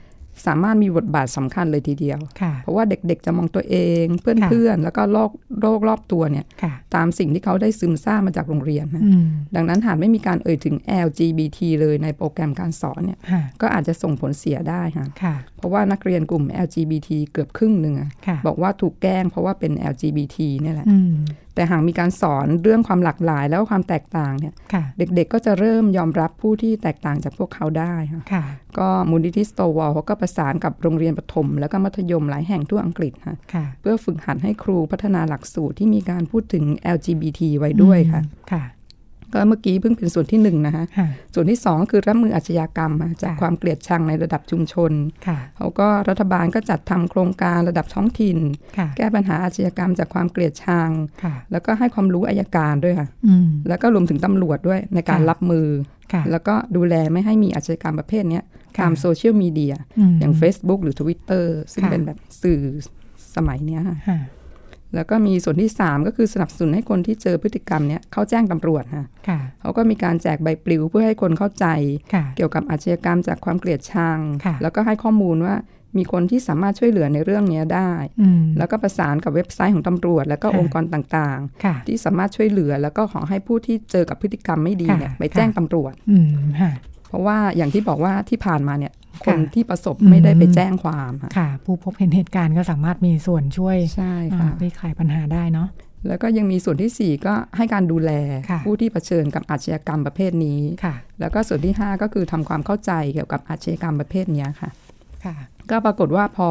S3: สามารถมีบทบาทสำคัญเลยทีเดียว
S2: ค่ะ
S3: เพราะว่าเด็กๆจะมองตัวเองเพื่อนๆแล้วก็โลกโลกรอบตัวเนี่ย
S2: ค่ะ
S3: ตามสิ่งที่เขาได้ซึมซาบมาจากโรงเรียนนะ
S2: อืม
S3: ดังนั้นหากไม่มีการเอ่ยถึง LGBT เลยในโปรแกรมการสอนเนี่ย
S2: ค่ะ
S3: ก็อาจจะส่งผลเสียได้ค่ะ
S2: ค่ะ
S3: เพราะว่านักเรียนกลุ่ม LGBT เกือบครึ่งหนึ่งอะ
S2: ค่ะ
S3: บอกว่าถูกแกล้งเพราะว่าเป็น LGBT เนี่ยแหละ
S2: อืม
S3: แต่หากมีการสอนเรื่องความหลากหลายแล้วก็ความแตกต่างเนี่ย
S2: ค่ะ
S3: เด็กๆก็จะเริ่มยอมรับผู้ที่แตกต่างจากพวกเขาได้ค่ะ
S2: ค่ะ
S3: ก็มูลนิธิสโตวอลเขาก็ประสานกับโรงเรียนประถม แล้วก็มัธยมหลายแห่งทั่วอังกฤษค่ะ
S2: ค่ะ
S3: เพื่อฝึกหัดให้ครูพัฒนาหลักสูตรที่มีการพูดถึง LGBT ไว้ด้วยค่ะ
S2: อืมค่ะ
S3: ก็เมื่อกี้เพิ่งเป็นส่วนที่หนึ่งนะคะ
S2: ค่ะ
S3: ส่วนที่สองก็คือรับมืออาชญากรรมอะจาก
S2: ค่ะ
S3: ความเกลียดชังในระดับชุมชน
S2: ค่ะ
S3: เขาก็รัฐบาลก็จัดทำโครงการระดับท้องถิ่น
S2: ค่ะ
S3: แก้ปัญหาอาชญากรรมจากความเกลียดชัง
S2: ค่ะ
S3: แล้วก็ให้ความรู้อายการด้วยค่ะ
S2: อืม
S3: แล้วก็รวมถึงตำรวจด้วยในการ
S2: ค่ะ
S3: รับมือ
S2: ค่ะ
S3: แล้วก็ดูแลไม่ให้มีอาชญากรรมประเภทเนี้ยตามโซเชียลมีเดีย
S2: ม
S3: อย่าง Facebook หรือ Twitter ซึ่ง
S2: ค่ะ
S3: เป็นแบบสื่อสมัยเนี้ยค่ะ
S2: ค่ะ
S3: แล้วก็มีส่วนที่ 3 ก็คือสนับสนุนให้คนที่เจอพฤติกรรมเนี้ยเขาแจ้งตำรวจค่ะ
S2: ค่ะ
S3: เขาก็มีการแจกใบปลิวเพื่อให้คนเข้าใจ
S2: ค่ะ
S3: เกี่ยวกับอาชญากรรมจากความเกลียดชัง
S2: ค่ะ
S3: แล้วก็ให้ข้อมูลว่ามีคนที่สามารถช่วยเหลือในเรื่องเนี้ยได้
S2: อืม
S3: แล้วก็ประสานกับเว็บไซต์ของตำรวจ แล้วก็
S2: ค่ะ
S3: องค์กรต่าง
S2: ค่ะ
S3: ๆ ที่สามารถช่วยเหลือ แล้วก็ขอให้ผู้ที่เจอกับพฤติกรรมไม่ดีเนี่ย
S2: ค่ะ
S3: ไปแจ้ง
S2: ค่ะ
S3: ตำรวจ
S2: อืมค่ะ
S3: เพราะว่าอย่างที่บอกว่าที่ผ่านมาเนี่ยคนที่ประสบ
S2: อืม
S3: ไม่ได้ไปแจ้งความอะ
S2: ค่ะ ผู้พบเห็นเหตุการณ์ก็สามารถมีส่วนช่วย
S3: ใช่
S2: อ่า
S3: ค่ะ
S2: คลี่คลายปัญหาได้เนาะ
S3: แล้วก็ยังมีส่วนทีสี่ 4 ก็ให้การดูแล
S2: ค่ะ
S3: ผู้ที่เผชิญกับอาชญากรรมประเภทนี้
S2: ค่ะ
S3: แล้วก็ส่วนที่ 5 ก็คือทำความเข้าใจเกี่ยวกับอาชญากรรมประเภทเนี้ยค่ะ
S2: ค่ะ
S3: ก็ปรากฏว่าพอ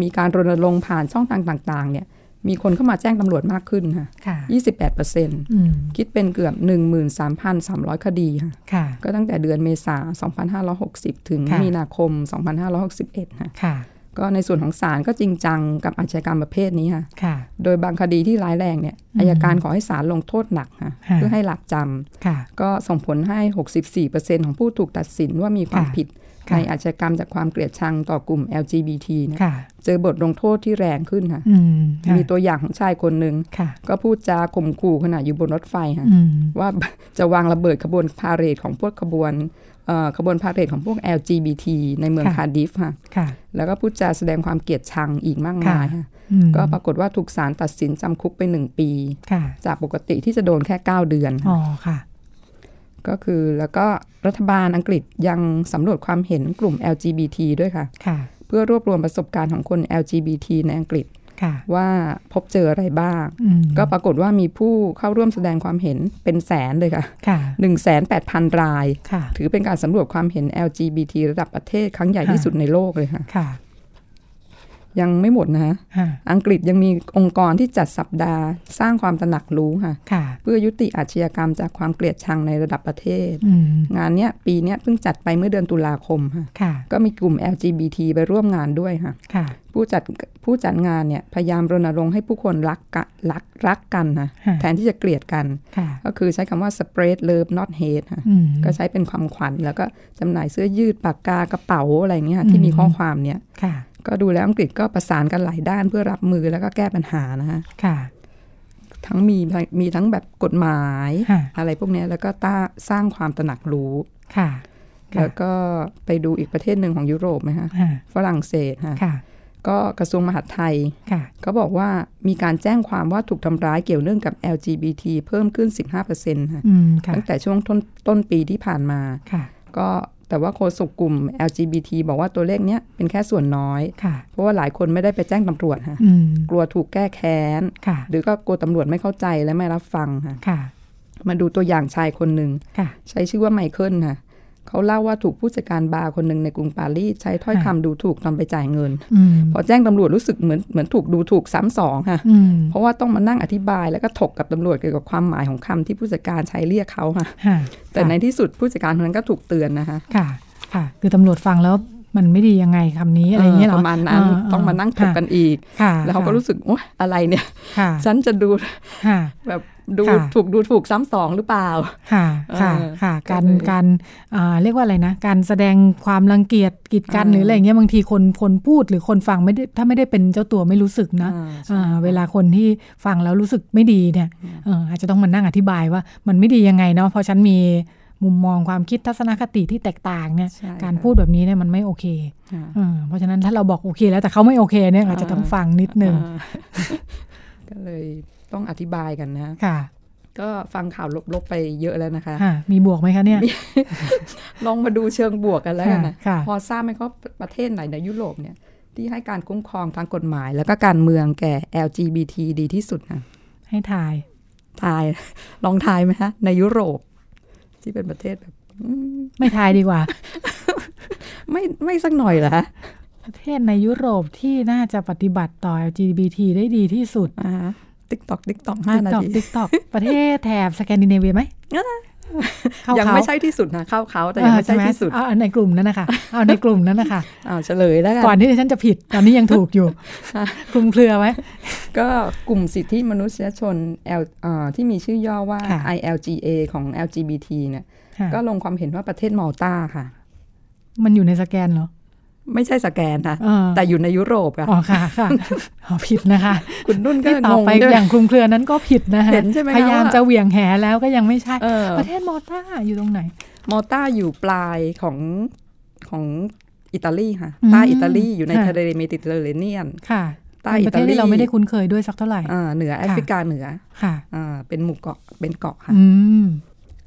S3: มีการรณรงค์ผ่านช่องทางต่าง ๆ เนี่ย มีคนเข้ามาแจ้งตำรวจมากขึ้นค่ะ
S2: ค่ะ
S3: 28%
S2: อืม
S3: คิดเป็นเกือบ 13,300 คดีค่ะ
S2: ค่ะ
S3: ก็ตั้งแต่เดือนเมษา 2560 ถึง
S2: ค่ะ
S3: มีนาคม 2561ค่ะ
S2: ค่ะ
S3: ก็ในส่วนของศาลก็จริงจังกับอาชญากรรมประเภทนี้ค่ะ
S2: ค่ะ
S3: โดยบางคดีที่ร้ายแรงเนี่ย
S2: อืม
S3: อายการขอให้ศาลลงโทษหนักค่ะ
S2: ค่ะ
S3: เพื่อให้หลับจำ
S2: ค่ะ
S3: ก็ส่งผลให้ 64%ของผู้ถูกตัดสินว่ามีความ
S2: ค่ะ
S3: ผิด
S2: ค่ะ
S3: ในอาชญากรรมจากความเกลียดชังต่อกลุ่ม LGBT เนี่ย
S2: ค่ะ
S3: เจอบทลงโทษที่แรงขึ้นค่ะ
S2: อืมค่ะ
S3: มีตัวอย่างของชายคนหนึ่ง
S2: ค่ะ
S3: ก็พูดจาข่มขู่ขณะอยู่บนรถไฟค่ะ
S2: อืม
S3: ว่า จะวางระเบิดขบวนพาเหรดของพวกขบวนเอ่อขบวนพาเหรดของพวก LGBT ในเมือง
S2: ค่ะ
S3: คาร์ดิฟค่ะ
S2: ค่ะ
S3: แล้วก็พูดจาแสดงความเกลียดชังอีกมากมายค่ะ
S2: อืม
S3: ก็ปรากฏว่าถูกศาลตัดสินจำคุกไป 1 ปี
S2: ค่ะ
S3: จากปกติที่จะโดนแค่ 9 เดือน
S2: อ๋
S3: ค่ะ
S2: อ ค่ะ
S3: ก็คือแล้วก็รัฐบาลอังกฤษยังสำรวจความเห็นกลุ่ม LGBT ด้วยค่ะ
S2: ค่ะ
S3: เพื่อรวบรวมประสบการณ์ของคน LGBT ในอังกฤษ
S2: ค่ะ
S3: ว่าพบเจออะไรบ้าง
S2: อืม
S3: ก็ปรากฏว่ามีผู้เข้าร่วมแสดงความเห็นเป็นแสนเลยค่ะ
S2: ค่ะ
S3: 1,800 ราย
S2: ค่ะ
S3: ถือเป็นการสำรวจความเห็น LGBT ระดับประเทศครั้งใหญ่
S2: ค่ะ
S3: ที่สุดในโลกเลยค่ะ
S2: ค่ะ
S3: ยังไม่หมดนะฮะ
S2: ค่ะ
S3: อังกฤษยังมีองค์กรที่จัดสัปดาห์ สร้างความตระหนักรู้ค่ะ
S2: ค่ะ
S3: เพื่อยุติอาชญากรรมจากความเกลียดชังในระดับประเทศ
S2: อืม
S3: งานเนี้ยปีเนี้ยเพิ่งจัดไปเมื่อเดือนตุลาคมค่ะ
S2: ค่ะ
S3: ก็มีกลุ่ม LGBT ไปร่วมงานด้วยค่ะ
S2: ค่ะ
S3: ผู้จัดผู้จัดงานเนี่ยพยายามรณรงค์ให้ผู้คนรักกะรักรักกันนะ
S2: ค่ะ
S3: แทนที่จะเกลียดกัน
S2: ค่ะ
S3: ก็คือใช้คำว่า spread love not hate ค่ะ
S2: อืม
S3: ก็ใช้เป็นความขวัญแล้วก็จำหน่ายเสื้อยืดปากกากระเป๋าอะไรอย่างเงี้ยค่ะที่มี
S2: อืม
S3: ข้อความเนี่ย
S2: ค่ะ
S3: ก็ดูแล้วอังกฤษก็ประสานกันหลายด้านเพื่อรับมือแล้วก็แก้ปัญหานะคะ
S2: ค่ะ
S3: ทั้งมีมีทั้งแบบกฎหมาย
S2: ค่ะ
S3: อะไรพวกเนี้ยแล้วก็ต้าสร้างความตระหนักรู้
S2: ค่ะ ค่ะ
S3: แล้วก็ไปดูอีกประเทศหนึ่งของยุโรปไหมคะ
S2: ค่ะ
S3: ฝรั่งเศสค่ะ
S2: ค่ะ
S3: ก็กระทรวงมหาดไทย
S2: ค่ะ
S3: เขาบอกว่ามีการแจ้งความว่าถูกทำร้ายเกี่ยวเรื่องกับ LGBT เพิ่มขึ้น 15%ค่ะ
S2: อืม ค่ะ
S3: ตั้งแต่ช่วงต้นต้นปีที่ผ่านมา
S2: ค่ะ
S3: ก็แต่ว่าโฆษกกลุ่ม LGBT บอกว่าตัวเลขเนี้ยเป็นแค่ส่วนน้อย
S2: ค่ะ
S3: เพราะว่าหลายคนไม่ได้ไปแจ้งตำรวจค่ะ
S2: อืม
S3: กลัวถูกแก้แค้น
S2: ค่ะ
S3: หรือก็กลัวตำรวจไม่เข้าใจและไม่รับฟังค่ะ
S2: ค่ะ
S3: มาดูตัวอย่างชายคนหนึ่ง
S2: ค่ะ
S3: ใช้ชื่อว่าไมเคิลค่ะเขาเล่าว่าถูกผู้จัดการบาร์คนหนึ่งในกรุงปารีสใช้ถ้อย
S2: ค่ะ
S3: คำดูถูกตอนไปจ่ายเงิน
S2: อืม
S3: พอแจ้งตำรวจรู้สึกเหมือนเหมือนถูกดูถูกซ้ำสองค่ะ
S2: อืม
S3: เพราะว่าต้องมานั่งอธิบายแล้วก็ถกกับตำรวจเกี่ยวกับความหมายของคำที่ผู้จัดการใช้เรียกเขาค่ะ
S2: ค่ะ
S3: แต่ในที่สุดผู้จัดการคนนั้นก็ถูกเตือนนะคะ
S2: ค่ะ ค่ะ คือตำรวจฟังแล้วมันไม่ดียังไงคำนี้อะไรอย่างเงี้ยเหรอ
S3: ประมาณนั้น
S2: เ
S3: ต้องมานั่งถกกันอีก
S2: ค่ะ
S3: แล้วเขาก็รู้สึกโอ๊ยอะไรเนี่ย
S2: ค่ะ
S3: ฉันจะดู
S2: ค่ะ
S3: แบบดู
S2: ค่ะ
S3: ถูกดูถูกซ้ำสองหรือเปล่า
S2: ค่ะ ค่ะ
S3: เออ
S2: ค่ะ การ
S3: ก็เลย
S2: การอ่าเรียกว่าอะไรนะ การแสดงความรังเกียจกีดกัน
S3: อ่า
S2: หรืออะไรอย่างเงี้ยบางทีคน คนพูดหรือคนฟังไม่ได้ถ้าไม่ได้เป็นเจ้าตัวไม่รู้สึกนะ
S3: อ่า
S2: อ่าเวลาคนที่ฟังแล้วรู้สึกไม่ดีเนี่ยเอ่ออาจจะต้องมานั่งอธิบายว่ามันไม่ดียังไงเนาะเพราะฉันมีมุมมองความคิดทัศนคติที่แตกต่างเนี่ย
S3: ใช่ค่ะ
S2: การพูดแบบนี้เนี่ยมันไม่โอเค
S3: อ่า
S2: เออเพราะฉะนั้นถ้าเราบอกโอเคแล้วแต่เขาไม่โอเคเนี่ยอาจจะต้องฟังนิดนึง
S3: อ่าก็เลยต้องอธิบายกันนะ
S2: ค่ะ
S3: ก็ฟังข่าวลบๆไปเยอะแล้วนะคะ
S2: ค่ะ มีบวกไหมคะเนี่ย
S3: ลองมาดูเชิงบวกกันแล้วกันนะ
S2: ค่ะ
S3: พอทราบไหมครับประเทศไหนในยุโรปเนี่ย ที่ให้การคุ้มครองทางกฎหมาย แล้วก็การเมืองแก่ LGBT ดีที่สุดนะ
S2: ให้ทาย
S3: ทาย ลองทายไหมฮะ ในยุโรป ที่เป็นประเทศแบบอืม
S2: ไม่ทายดีกว่า
S3: ไม่ไม่สักหน่อยเหรอคะ
S2: ประเทศในยุโรปที่น่าจะปฏิบัติต่อ LGBT ได้ดีที่สุด
S3: ติ๊กตอกติ๊กตอกห้า
S2: ติ๊ก
S3: นา
S2: ตอก
S3: ที
S2: ติ๊กตอกประเทศแถบสแกนดิเนเวียไหม
S3: อ่า
S2: เข้า
S3: ยัง
S2: เขา
S3: ไม่ใช่ที่สุดนะเข้าเขาแต่ยังไม่ใช่
S2: เออ
S3: ที่สุด
S2: เอาเอาในกลุ่มนั้นนะคะเอาในกลุ่มนั้นนะคะ
S3: อ้าว เฉลยแล้ว
S2: ก่
S3: กั
S2: อน
S3: น
S2: ที่ดิฉันจะผิด ตอนนี้ยังถูก อยู่ คลุมเครือไว้
S3: ก็กลุ่มสิทธิมนุษยชน L เอ่อที่มีชื่อย่อว่า
S2: ค่ะ
S3: ILGA ของ LGBT เนี่ย
S2: ค่ะ
S3: ก็ลงความเห็นว่าประเทศมอลตาค่ะ
S2: มันอยู่ในสแกนเหรอ
S3: ไม่ใช่สแกนนะ
S2: เออ
S3: แต่อยู่ในยุโรปค่ะ
S2: อ๋อค่ะค่ะ อ๋อผิดนะคะ
S3: คุณนุ่นก็
S2: ที่ต่อง
S3: ง
S2: ไป
S3: ด้วย
S2: อย่างคลุมเครือนั้นก็ผิดนะคะ
S3: เห็นใช่ไหมคะ
S2: พยายาม
S3: ว่า
S2: จะเหวี่ยงแหแล้วก็ยังไม่ใช่
S3: เออ
S2: ประเทศมอลต้าอยู่ตรงไหน
S3: มอลตาอยู่ปลายของของอิตาลีค่ะ
S2: อืม
S3: ใต้อิตาลีอยู่ใน
S2: ค่ะ
S3: ทะเลเมดิเตอร์เรเนียน
S2: ค่ะ
S3: ใต้
S2: เป็น
S3: อิ
S2: ประเท
S3: ตา
S2: ศ
S3: ลี
S2: ที่เราไม่ได้คุ้นเคยด้วยสักเท่าไหร่
S3: อ่าเหนือแอฟริกาเหนือ
S2: ค่ะ
S3: อ่าเป็นหมู่เกาะเป็นเกาะค่ะ
S2: อืม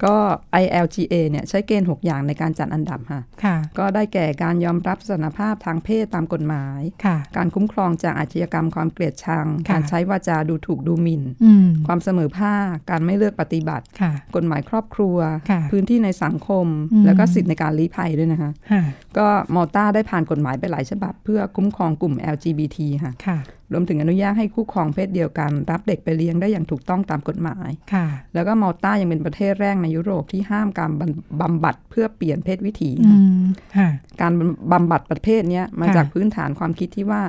S3: ก็ ILGA เนี่ยใช้เกณฑ์ 6 อย่างในการจัดอันดับค่ะ
S2: ค่ะ
S3: ก็ได้แก่การยอมรับสารภาพทางเพศตามกฎหมาย
S2: ค่ะ
S3: การคุ้มครองจากอาชญากรรมความเกลียดชัง
S2: ค่ะ
S3: การใช้วาจาดูถูกดูหมิ่น
S2: อืม
S3: ความเสมอภาค การไม่เลือกปฏิบัติ
S2: ค่ะ
S3: กฎหมายครอบครัว
S2: ค่ะ
S3: พื้นที่ในสังคม
S2: อืม
S3: แล้วก็สิทธิในการลี้ภัยด้วยนะคะ
S2: ค่ะ
S3: ก็มอลต้าได้ผ่านกฎหมายไปหลายฉบับ เพื่อคุ้มครองกลุ่ม LGBT ค่ะ
S2: ค่ะ
S3: รวมถึงอนุญาตให้คู่ครองเพศเดียวกัน รับเด็กไปเลี้ยงได้อย่างถูกต้องตามกฎหมาย
S2: ค่ะ
S3: แล้วก็มอลต้ายังเป็นประเทศแรกในยุโรปที่ห้ามการบำบำบัดเพื่อเปลี่ยนเพศวิถี
S2: อื
S3: นะ
S2: มค่ะ
S3: การบำบำบัดประเภทเนี้ยมา
S2: ค่ะ
S3: จากพื้นฐานความคิดที่ว่า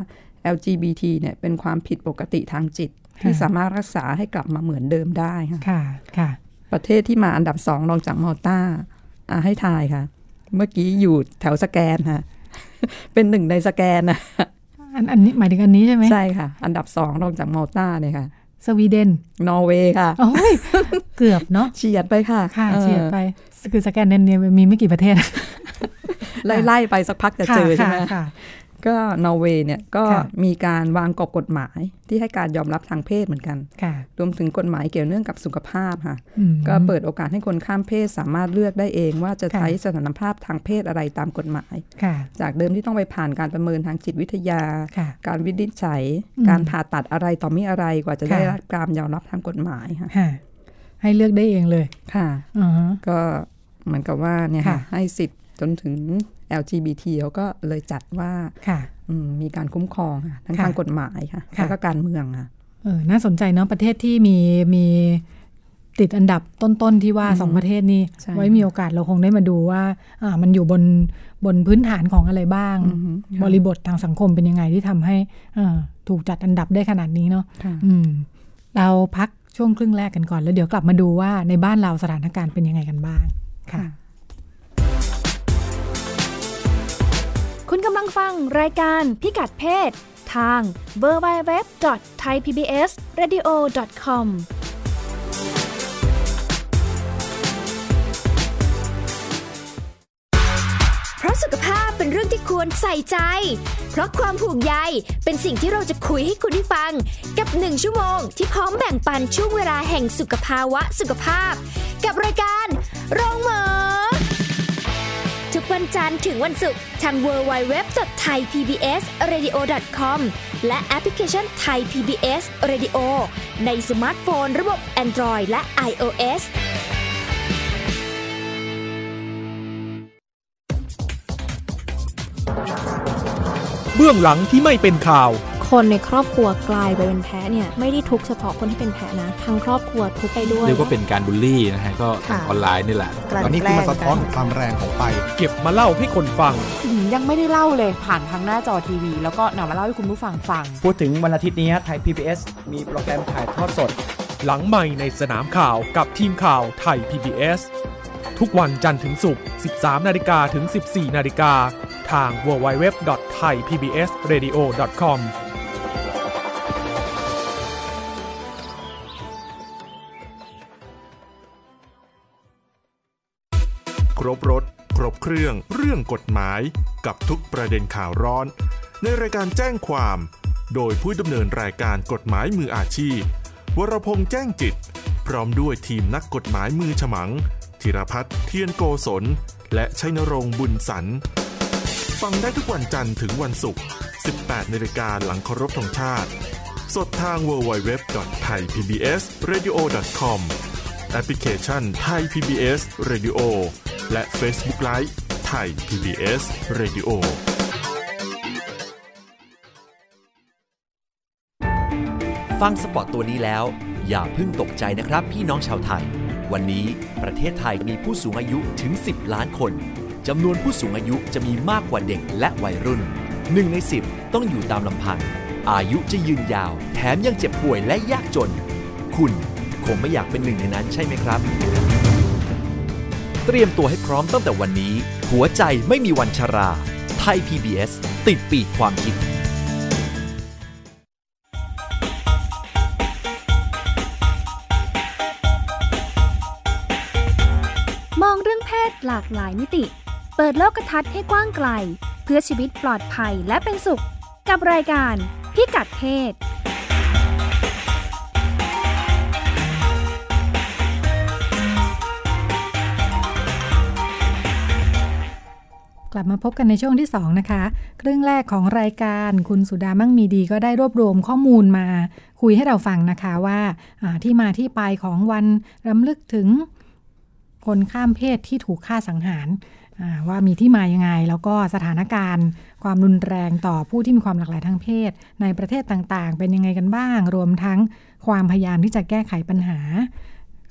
S3: LGBT เนี่ยเป็นความผิดปกติทางจิต ที่สามารถรักษาให้กลับมาเหมือนเดิมได้ค่ะ
S2: ค่ะ ค่ะ
S3: ประเทศที่มาอันดับสองรองจากมอลตาอ่าให้ทายค่ะ เมื่อกี้อยู่แถวสแกนค่ะ เป็นหนึ่งในสแกนนะ
S2: อันอันนี้หมายถึงอันนี้ใช่ไหม
S3: ใช่ค่ะ อันดับสองรองจากมอลตาเนี่ยค่ะ
S2: สวีเดน
S3: นอร์เวย์ค่ะ
S2: โอ้ย เกือบเนาะ
S3: เฉียดไปค่ะ
S2: ค่ะ
S3: ออ
S2: เฉียดไปคือสแกนเดนเนียมีไม่กี่ประเทศ
S3: ไล่ไล่ไปสักพักจะเจอใช่ไหม
S2: ค่ะค่ะ
S3: ก็นอร์เวย์เนี่ยก็
S2: ค่ะ
S3: มีการวางกรอบกฎหมายที่ให้การยอมรับทางเพศเหมือนกัน
S2: ค่ะ
S3: รวมถึงกฎหมายเกี่ยวเนื่องกับสุขภาพค่ะ
S2: อืม
S3: ก็เปิดโอกาสให้คนข้ามเพศสามารถเลือกได้เองว่าจะ
S2: ค่ะ
S3: ใช้สถานภาพทางเพศอะไรตามกฎหมาย
S2: ค่ะ
S3: จากเดิมที่ต้องไปผ่านการประเมินทางจิตวิทยา
S2: ค่ะ
S3: การวินิจฉัย
S2: อืม
S3: การผ่าตัดอะไรต่อมีอะไรกว่าจะ
S2: ค่ะ
S3: ได้รับการยอมรับทางกฎหมายค่ะ
S2: ค่ะ ให้เลือกได้เองเลย
S3: ค่ะ
S2: อ๋อฮะ
S3: ก็เหมือนกับว่าเนี่ย
S2: ค่ะ
S3: ค่ะให้สิทธิ์จนถึง LGBT เขาก็เลยจัดว่า
S2: ค่ะ
S3: อืมมีการคุ้มครองค่ะทั้ง
S2: ค่ะ
S3: ทางกฎหมายค่ะ
S2: ค่ะ
S3: แล้วก็การเมืองค่ะ
S2: เออน่าสนใจเนาะประเทศที่มีมีติดอันดับต้นๆที่ว่า
S3: อืม
S2: สองประเทศนี้
S3: ใช่
S2: ไว้มีโอกาสเราคงได้มาดูว่าอ่ามันอยู่บนบนพื้นฐานของอะไรบ้าง
S3: อือฮึ
S2: บริบททางสังคมเป็นยังไงที่ทำให้เอ่อถูกจัดอันดับได้ขนาดนี้เนาะ
S3: ค่ะ
S2: อืม เราพักช่วงครึ่งแรกกันก่อน แล้วเดี๋ยวกลับมาดูว่าในบ้านเราสถานการณ์เป็นยังไงกันบ้าง ค่ะ
S1: คุณกำลังฟังรายการพิกัดเพศ ทาง www.thaipbsradio.com
S4: เพราะสุขภาพเป็นเรื่องที่ควรใส่ใจ เพราะความผูกใยเป็นสิ่งที่เราจะคุยให้คุณได้ฟัง กับ 1 ชั่วโมงที่พร้อมแบ่งปันช่วงเวลาแห่งสุขภาวะสุขภาพ กับรายการโรงหมอ ทุกวันจันทร์ถึงวันศุกร์ทาง www.thaipbsradio.com และแอปพลิเคชัน Thai PBS Radio ในสมาร์ทโฟนระบบ Android และ iOS
S5: เบื้องหลังที่ไม่เป็นข่าว
S6: คนในครอบครัวกลายไปเป็นแพ้เนี่ยไม่ได้ทุกข์เฉพาะคนที่เป็นแพ้นะทั้งครอบครัวทุกข์ไปด้วย
S7: เรียกว่าเป็นการบูลลี่นะฮะก็ทาง
S6: ค่ะ
S7: ออนไลน์นี่แหละ
S6: กลั่
S8: ตอนนี้คือมัน
S6: แกล้
S8: สะท้อน
S6: กั
S8: ของความแรงของไฟ
S5: เก็บมาเล่าให้คนฟัง
S9: อืมยังไม่ได้เล่าเลยผ่านทางหน้าจอทีวี แล้วก็นำมาเล่าให้คุณผู้ฟังฟัง
S10: พูดถึงวันอาทิตย์นี้ไทย PBS มีโปรแกรมถ่ายทอดสด
S5: หลังใหม่ในสนามข่าวกับทีมข่าวไทย PBS ทุกวันจันทร์ถึงศุกร์ 13 นาฬิกาถึง 14 นาฬิกา ทาง www.thaipbsradio.com
S11: ครบรถ ครบเครื่อง เรื่องกฎหมาย กับทุกประเด็นข่าวร้อน ในรายการแจ้งความ โดยผู้ดำเนินรายการกฎหมายมืออาชีพ วรพงษ์แจ้งจิต พร้อมด้วยทีมนักกฎหมายมือฉมัง ธีรพัฒน์เทียนโกศล และชัยนรงค์บุญสัน ฟังได้ทุกวันจันทร์ถึงวันศุกร์ 18นาฬิกาหลังเคารพธงชาติ สดทาง www.thaipbsradio.com แอปพลิเคชัน Thai PBS Radio และ Facebook Live Thai PBS Radio
S12: ฟังสปอตตัวนี้แล้ว อย่าเพิ่งตกใจนะครับพี่น้องชาวไทย วันนี้ประเทศไทยมีผู้สูงอายุถึง 10 ล้านคนจำนวนผู้สูงอายุจะมีมากกว่าเด็กและวัยรุ่น 1 ใน 10 ต้องอยู่ตามลำพัง อายุจะยืนยาว แถมยังเจ็บป่วยและยากจน คุณคงไม่อยากเป็นหนึ่งในนั้นใช่ไหมครับ เตรียมตัวให้พร้อมตั้งแต่วันนี้ หัวใจไม่มีวันชรา ไทย PBS ติดปีกความคิด
S1: มองเรื่องเพศหลากหลายมิติ เปิดโลกทัศน์ให้กว้างไกล เพื่อชีวิตปลอดภัยและเป็นสุข กับรายการพิกัดเพศ
S2: กลับมาพบกันในช่วงที่ 2 นะคะ ครึ่งแรกของรายการคุณสุดามั่งมีดีก็ได้รวบรวมข้อมูลมา คุยให้เราฟังนะคะว่าอ่าที่มาที่ไปของวันรำลึกถึงคนข้ามเพศที่ถูกฆ่าสังหาร อ่าว่ามีที่มายังไง แล้วก็สถานการณ์ ความรุนแรงต่อผู้ที่มีความหลากหลายทางเพศ ในประเทศต่างๆ เป็นยังไงกันบ้าง รวมทั้งความพยายามที่จะแก้ไขปัญหา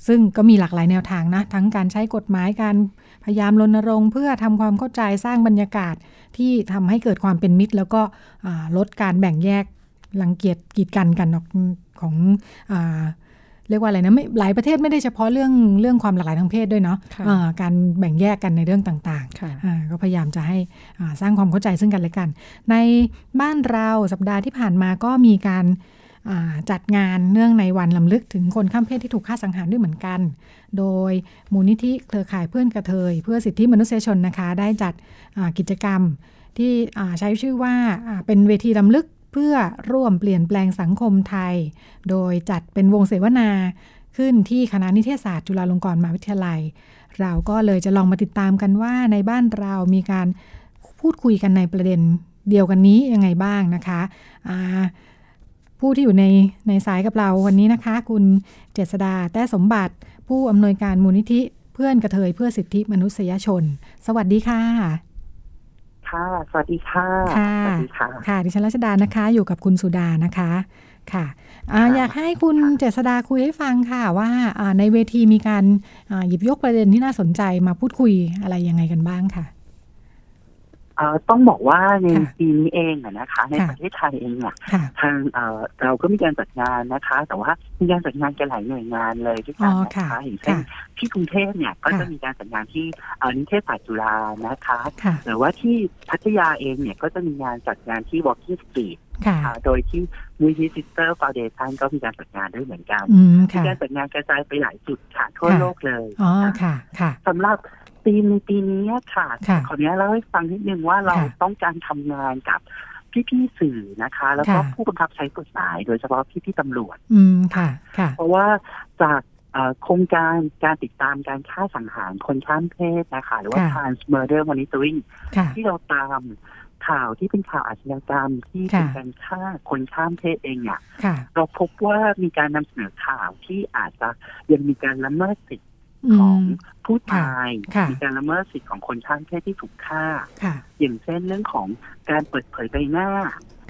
S2: ซึ่งก็มีหลากหลายแนวทางนะ ทั้งการใช้กฎหมายการพยายามรณรงค์ เพื่อทำความเข้าใจสร้างบรรยากาศที่ทำให้เกิดความเป็นมิตร แล้วก็อ่าลดการแบ่งแยกรังเกียจกีดกันกันออกของอาเรียกว่าอะไรนะไม่หลายประเทศไม่ได้เฉพาะเรื่องเรื่องความหลากหลายทางเพศด้วยเนาะ
S3: ค่ะ
S2: อ่าการแบ่งแยกกันในเรื่องต่าง ๆ
S3: ค่ะ
S2: อ่าก็พยายามจะให้อ่าสร้างความเข้าใจซึ่งกันและกัน ในบ้านเราสัปดาห์ที่ผ่านมาก็มีการอ่าจัดงานเนื่องในวันลำลึกถึงคนข้ามเพศที่ถูกฆ่าสังหารด้วยเหมือนกัน โดยมูลนิธิเครือข่ายเพื่อนกระเทย เพื่อสิทธิมนุษยชนนะคะได้จัดอ่ากิจกรรมที่อ่าใช้ชื่อว่าอ่าเป็นเวทีลำลึกเพื่อร่วมเปลี่ยนแปลงสังคมไทย โดยจัดเป็นวงเสวนาขึ้นที่คณะนิเทศศาสตร์จุฬาลงกรณ์มหาวิทยาลัย เราก็เลยจะลองมาติดตามกันว่าในบ้านเรามีการพูดคุยกันในประเด็นเดียวกันนี้ยังไงบ้างนะคะอ่าผู้ที่อยู่ในในสายกับเราวันนี้นะคะ คุณเจษดาแต้สมบัติ ผู้อำนวยการมูลนิธิเพื่อนกระเทยเพื่อสิทธิมนุษยชน สวัสดีค่ะ
S8: ค่ะ สวัสดีค่ะ
S2: ค่ะ
S8: สวัสดีค่ะ
S2: ค่ะดิฉันรัชดานะคะ อยู่กับคุณสุดานะคะค่ะอาอยากให้คุณเจษดาคุยให้ฟังค่ะว่าอ่าในเวทีมีการอ่าหยิบยกประเด็นที่น่าสนใจมาพูดคุยอะไรยังไงกันบ้างค่ะ
S8: เอ่อต้องบอกว่าใน
S2: ค่ะ
S8: ปีนี้เองอะนะคะ ใน
S2: ค่ะ
S8: ประเทศไทยเองอะ
S2: ค่ะ
S8: ทางเอ่อเราก็มีการจัดงานนะคะ แต่ว่ามีการจัดงานกันหลายหน่วยงานเลยด้วยกัน
S2: อ๋อ
S8: นะ
S2: ค่ะ
S8: คะอย่างเช่น
S2: ค่ะ
S8: ที่กรุงเทพเนี่ยก็จะ
S2: ค่ะ
S8: มีการจัดงานที่เอ่อนิเทศศาสตร์จุฬานะคะ
S2: ค่ะ
S8: หรือว่าที่พัทยาเองเนี่ยก็จะมีงานจัดงานที่ Walking Street
S2: ค่ะ
S8: ค่ะโดยที่มูลนิธิ Sister Foundation ก็มีการจัดงานด้วยเหมือนกัน
S2: อืม
S8: มี
S2: ค่ะ
S8: การจัดงานกระจายไปหลายจุดค่ะทั่ว
S2: ค่ะ
S8: โลกเลย
S2: อ๋อ
S8: นะคะ
S2: ค่ะค่ะ
S8: สำหรับปีในปีนี้ค่ะ
S2: ค่ะ
S8: ขออนุญาตเล่าให้ฟังนิดนึงว่าเรา
S2: ค่ะ
S8: ต้องการทำงานกับพี่ๆสื่อนะคะ แล้วก็
S2: ค่ะ
S8: ผู้บังคับใช้กฎหมายโดยเฉพาะพี่ๆตำรวจ
S2: อืมค่ะค่ะ
S8: เพราะว่าจากเอ่อโครงการการติดตามการฆ่าสังหารคนข้ามเพศนะคะ หรือว่า
S2: ค่ะ
S8: trans murder monitoring
S2: ค่ะ
S8: ที่เราตามข่าวที่เป็นข่าวอาชญากรรมที่
S2: ค่ะ
S8: เป็นการฆ่าคนข้ามเพศเองเนี่ย
S2: ค่ะ
S8: เราพบว่ามีการนำเสนอข่าวที่อาจจะยังมีการละเมิดสิทธิ
S2: อื
S8: ของ
S2: ม
S8: ผู้
S2: ค่ะ
S8: ตาย
S2: ค่ะ
S8: มีการละเมิดสิทธิ์ของคนข้ามเพศที่ถูกฆ่า
S2: ค่ะ
S8: อย่างเช่นเรื่องของการเปิดเผยใบหน้า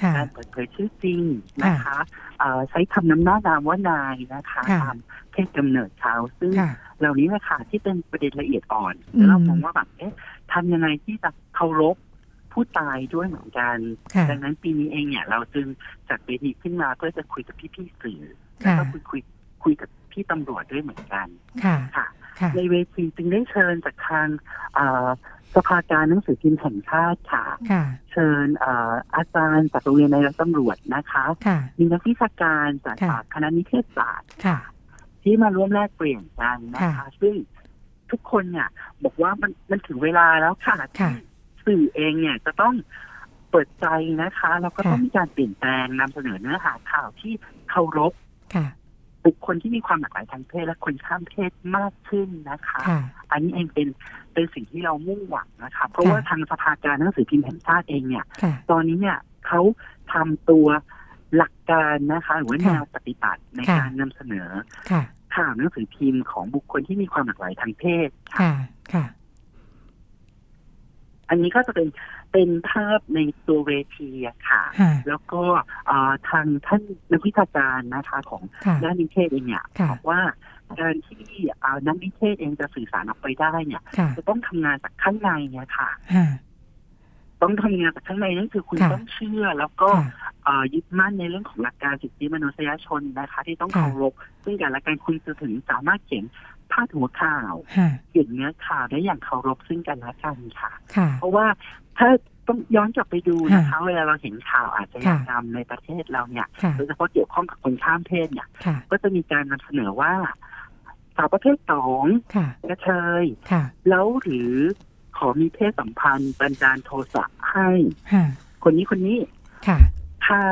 S2: ค่ะ
S8: การเปิดเผยชื่อจริงนะคะเอ่อใช้คำนำหน้านามว่านายนะคะ
S2: ค่ะ
S8: ตามเพศกำเนิดเขาซึ่ง
S2: ค่ะ
S8: เหล่านี้นะคะที่เป็นประเด็นละเอียดอ่อน
S2: อืม
S8: แล้วเรามองว่าแบบเอ๊ะทำยังไงที่จะเคารพผู้ตายด้วยเหมือนกัน
S2: ค่ะ
S8: ดังนั้นปีนี้เองเนี่ยเราจึงจัดเวทีขึ้นมาเพื่อจะคุยกับพี่ๆสื่อแล้ว
S2: ค่ะ
S8: ก็คุยคุยคุยกับพี่ตำรวจด้วยเหมือนกัน
S2: ค่ะ
S8: ค่ะ
S2: ค่ะ
S8: ในเวทีจึงได้เชิญจากทางเอ่อสภาการหนังสือพิมพ์แห่งชาติค่ะ
S2: ค่ะ
S8: เชิญเอ่ออาจารย์จากโรงเรียนในรัฐตำรวจนะคะ
S2: ค่ะ
S8: มีนักวิชาการจาก
S2: ค่ะ
S8: ฝากคณะนิเทศศาสตร์
S2: ค่ะ
S8: ที่มาร่วมแลกเปลี่ยนกันนะคะ
S2: ค่ะ
S8: ซึ่งทุกคนเนี่ยบอกว่ามันมันถึงเวลาแล้วค่ะที่
S2: ค่ะ
S8: สื่อเองเนี่ยจะต้องเปิดใจนะคะแล้วก็
S2: ค่ะ
S8: ต้องมีการเปลี่ยนแปลงนำเสนอเนื้อหาข่าวที่เคารพ
S2: ค่ะ
S8: บุคคลที่มีความหลากหลายทางเพศและคนข้ามเพศมากขึ้นนะคะ
S2: ค่ะ
S8: อันนี้เองเป็นเป็นสิ่งที่เรามุ่งหวังนะคะ เพราะว่าทางสภาการหนังสือพิมพ์แห่งชาติเองเนี่ย
S2: ค่ะ
S8: ตอนนี้เนี่ยเขาทำตัวหลักการนะคะ หรือว่า
S2: ค่ะ
S8: แนวปฏิบัติใน
S2: ค่ะ
S8: การนำเสนอ
S2: ค่ะ
S8: ข่าวหนังสือพิมพ์ของบุคคลที่มีความหลากหลายทางเพศ
S2: ค่ะ ค่ะ
S8: อันนี้ก็จะเป็นเป็นภาพในตัวเวทีอะค่ะ
S2: ค่ะ
S8: แล้วก็เอ่อทางท่านนักวิชาการนะคะของ
S2: ค่ะ
S8: ด้านนิเทศเองเนี่ย
S2: ค่ะ
S8: บอกว่าการที่เอ่อนักนิเทศเองจะสื่อสารออกไปได้เนี่ย
S2: ค่ะ
S8: จะต้องทำงานจากข้างในเนี่ยค่ะ
S2: ค่ะ
S8: ต้องทำงานจากข้างในนั่นคือคุณ
S2: ค่ะ
S8: ต้องเชื่อแล้วก็
S2: ค่ะ
S8: เอ่อยึดมั่นในเรื่องของหลักการสิทธิมนุษยชนนะคะ ที่ต้อง
S2: ค่ะ
S8: เคารพซึ่งกันและกันคุณจะถึงสามารถเขียนพาดหัวข่าว
S2: ค่ะ
S8: เขียนเนื้อข่าวได้อย่างเคารพซึ่งกันและกันค่ะ
S2: ค่ะ
S8: เพราะว่าถ้าต้องย้อนกลับไปดูนะคะ
S2: ค่ะ
S8: เวลาเราเห็นข่าวอาชญากรรมในประเทศเราเนี่ย
S2: ค่ะ
S8: โดยเฉพาะเกี่ยวข้องกับคนข้ามเพศเนี่ย
S2: ค่ะ
S8: ก็จะมีการนำเสนอว่าสาวประเภทสอง
S2: ค่ะ
S8: กระเทย
S2: ค่ะ
S8: แล้วหรือขอมีเพศสัมพันธ์บันดาลโทสะให้
S2: ค่ะ
S8: คนนี้คนนี้
S2: ค่ะ
S8: ฆ่า